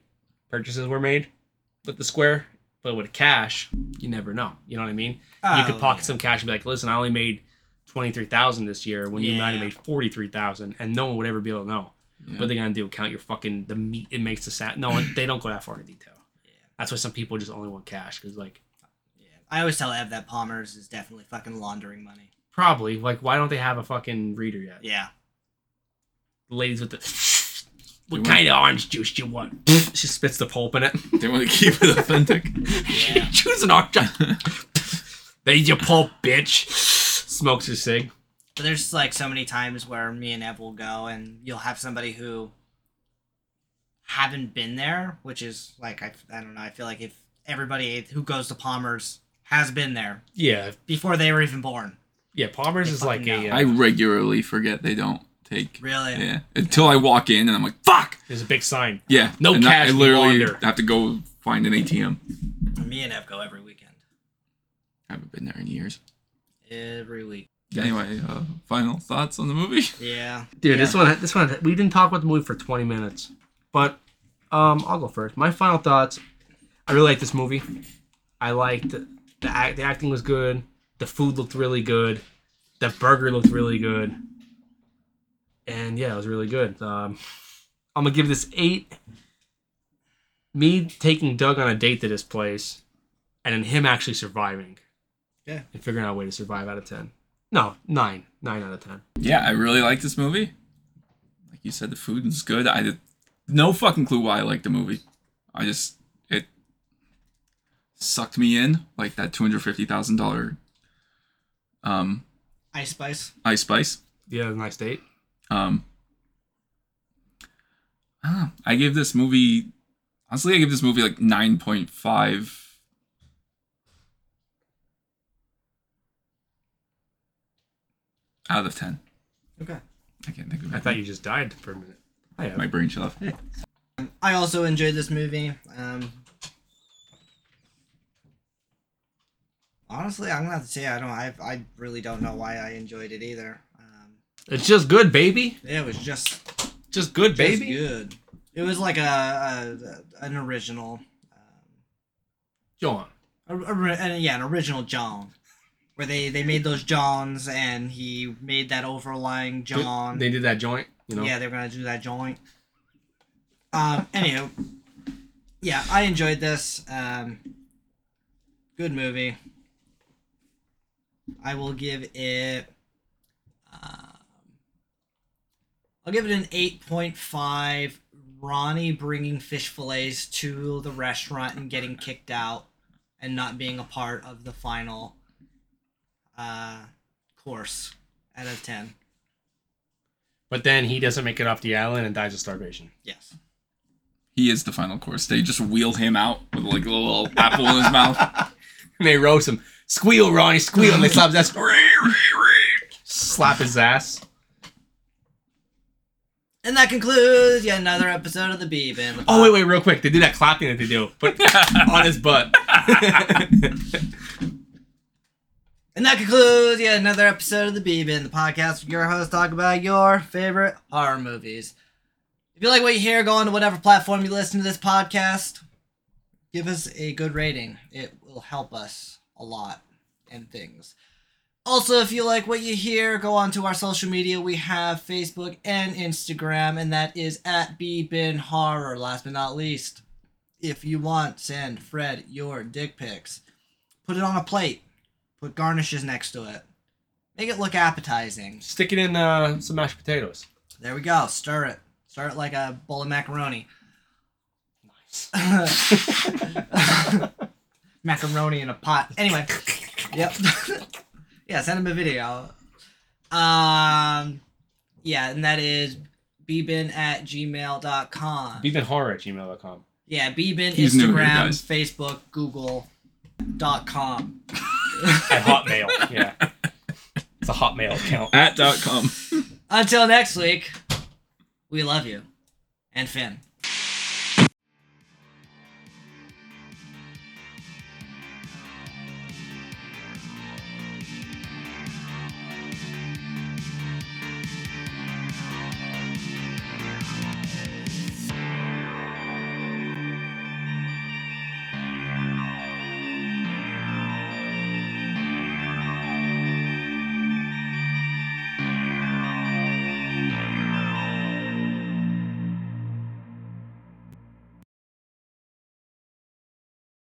Speaker 4: purchases were made with the square, but with cash, you never know. You know what I mean? you
Speaker 2: Oh,
Speaker 4: could pocket
Speaker 2: yeah.
Speaker 4: some cash and be like, listen, I only made twenty three thousand this year when you might have
Speaker 2: Yeah.
Speaker 4: made forty three thousand, and no one would ever be able to know.
Speaker 3: Yeah.
Speaker 4: What they gonna do? Count your fucking the meat it makes the sound? No, they don't go that far into detail.
Speaker 2: Yeah.
Speaker 4: That's why some people just only want cash because like
Speaker 2: Yeah. I always tell Ev that Palmer's is definitely fucking laundering money.
Speaker 4: probably like why don't they have a fucking reader yet?
Speaker 2: Yeah.
Speaker 4: The ladies with the What
Speaker 3: want-
Speaker 4: kind of orange juice do you want? she spits the pulp in it.
Speaker 3: They want to keep it authentic.
Speaker 4: Choose an orange. There's your pulp, bitch. Smokes his cig.
Speaker 2: But there's like so many times where me and Ev will go, and you'll have somebody who haven't been there, which is like I, I don't know. I feel like if everybody who goes to Palmer's has been there
Speaker 4: Yeah,
Speaker 2: before they were even born,
Speaker 4: yeah. Palmer's
Speaker 2: They
Speaker 4: is like
Speaker 2: fucking
Speaker 4: a.
Speaker 2: know.
Speaker 4: Uh,
Speaker 3: I regularly forget they don't take.
Speaker 2: really.
Speaker 3: Yeah. Until I walk in and I'm like, fuck.
Speaker 4: there's a big sign.
Speaker 3: Yeah.
Speaker 4: No
Speaker 3: and I-
Speaker 4: cash
Speaker 3: I literally
Speaker 4: launder.
Speaker 3: have to go find an ATM.
Speaker 2: Me and Ev go every weekend,
Speaker 3: I haven't been there in years.
Speaker 2: every week.
Speaker 3: Anyway, uh, final thoughts on the movie.
Speaker 2: Yeah,
Speaker 4: Dude, this one, this one, we didn't talk about the movie for 20 minutes, but um, I'll go first. My final thoughts: I really like this movie. I liked the act, the acting was good. The food looked really good. The burger looked really good. And yeah, it was really good. Um, I'm gonna give this eight. Me taking Doug on a date to this place, and then him actually surviving.
Speaker 2: Yeah.
Speaker 4: And figuring out a way to survive out of ten. No, nine, nine out of ten.
Speaker 3: Yeah, I really like this movie. Like you said, the food is good. I did no fucking clue why I liked the movie. I just it sucked me in like that two hundred fifty thousand dollar um
Speaker 2: Ice Spice.
Speaker 3: ice spice.
Speaker 4: Yeah, it was a nice date.
Speaker 3: Um, I don't know. I gave this movie honestly. I give this movie like nine point five. Out of ten,
Speaker 2: Okay.
Speaker 3: I can't think of it.
Speaker 4: I thought you just died for a minute. I
Speaker 3: my
Speaker 4: have.
Speaker 3: brain shut off.
Speaker 2: I also enjoyed this movie. Um, honestly, I'm gonna have to say I don't. I I really don't know why I enjoyed it either. Um,
Speaker 4: It's just good, baby.
Speaker 2: yeah, it was just
Speaker 4: Just good,
Speaker 2: just
Speaker 4: baby.
Speaker 2: good. It was like a, a an original,
Speaker 4: John.
Speaker 2: a, a- a- yeah, an original John, where they they made those Johns and he made that overlying John.
Speaker 4: They did that joint, you know.
Speaker 2: Yeah, they're gonna do that joint. Um. Anywho, yeah, I enjoyed this. Um. Good movie. I will give it. Um, I'll give it an eight point five. Ronnie bringing fish fillets to the restaurant and getting kicked out, and not being a part of the final. Uh, course out of ten.
Speaker 4: But then he doesn't make it off the island and dies of starvation.
Speaker 2: Yes.
Speaker 3: He is the final course. They just wheel him out with like a little apple in his mouth.
Speaker 4: And they roast him. Squeal, Ronnie, squeal. And they slap his ass. slap his ass.
Speaker 2: And that concludes yet another episode of the Bee Bin.
Speaker 4: Oh, wait, wait, real quick. They do that clapping that they do, but on his butt.
Speaker 2: And that concludes yet another episode of the Bee Bin, the podcast where your hosts talk about your favorite horror movies. If you like what you hear, go on to whatever platform you listen to this podcast. Give us a good rating. It will help us a lot and things. Also, if you like what you hear, go on to our social media. We have Facebook and Instagram, and that is at Bee Bin Horror. Last but not least, if you want, send Fred your dick pics. Put it on a plate. Put garnishes next to it. Make it look appetizing.
Speaker 4: Stick it in uh, some mashed potatoes.
Speaker 2: There we go. Stir it. Stir it like a bowl of macaroni. macaroni in a pot. Anyway. Yep. yeah, send him a video. Um yeah, and that is bbin at gmail.com.
Speaker 4: Beebenhorror at gmail.com.
Speaker 2: Yeah, Beebin,
Speaker 3: He's new here,
Speaker 2: Instagram,
Speaker 3: guys.
Speaker 2: Facebook, Google, dot com.
Speaker 4: At Hotmail. Yeah. It's a Hotmail account.
Speaker 3: At dot com.
Speaker 2: Until next week, we love you. And Finn.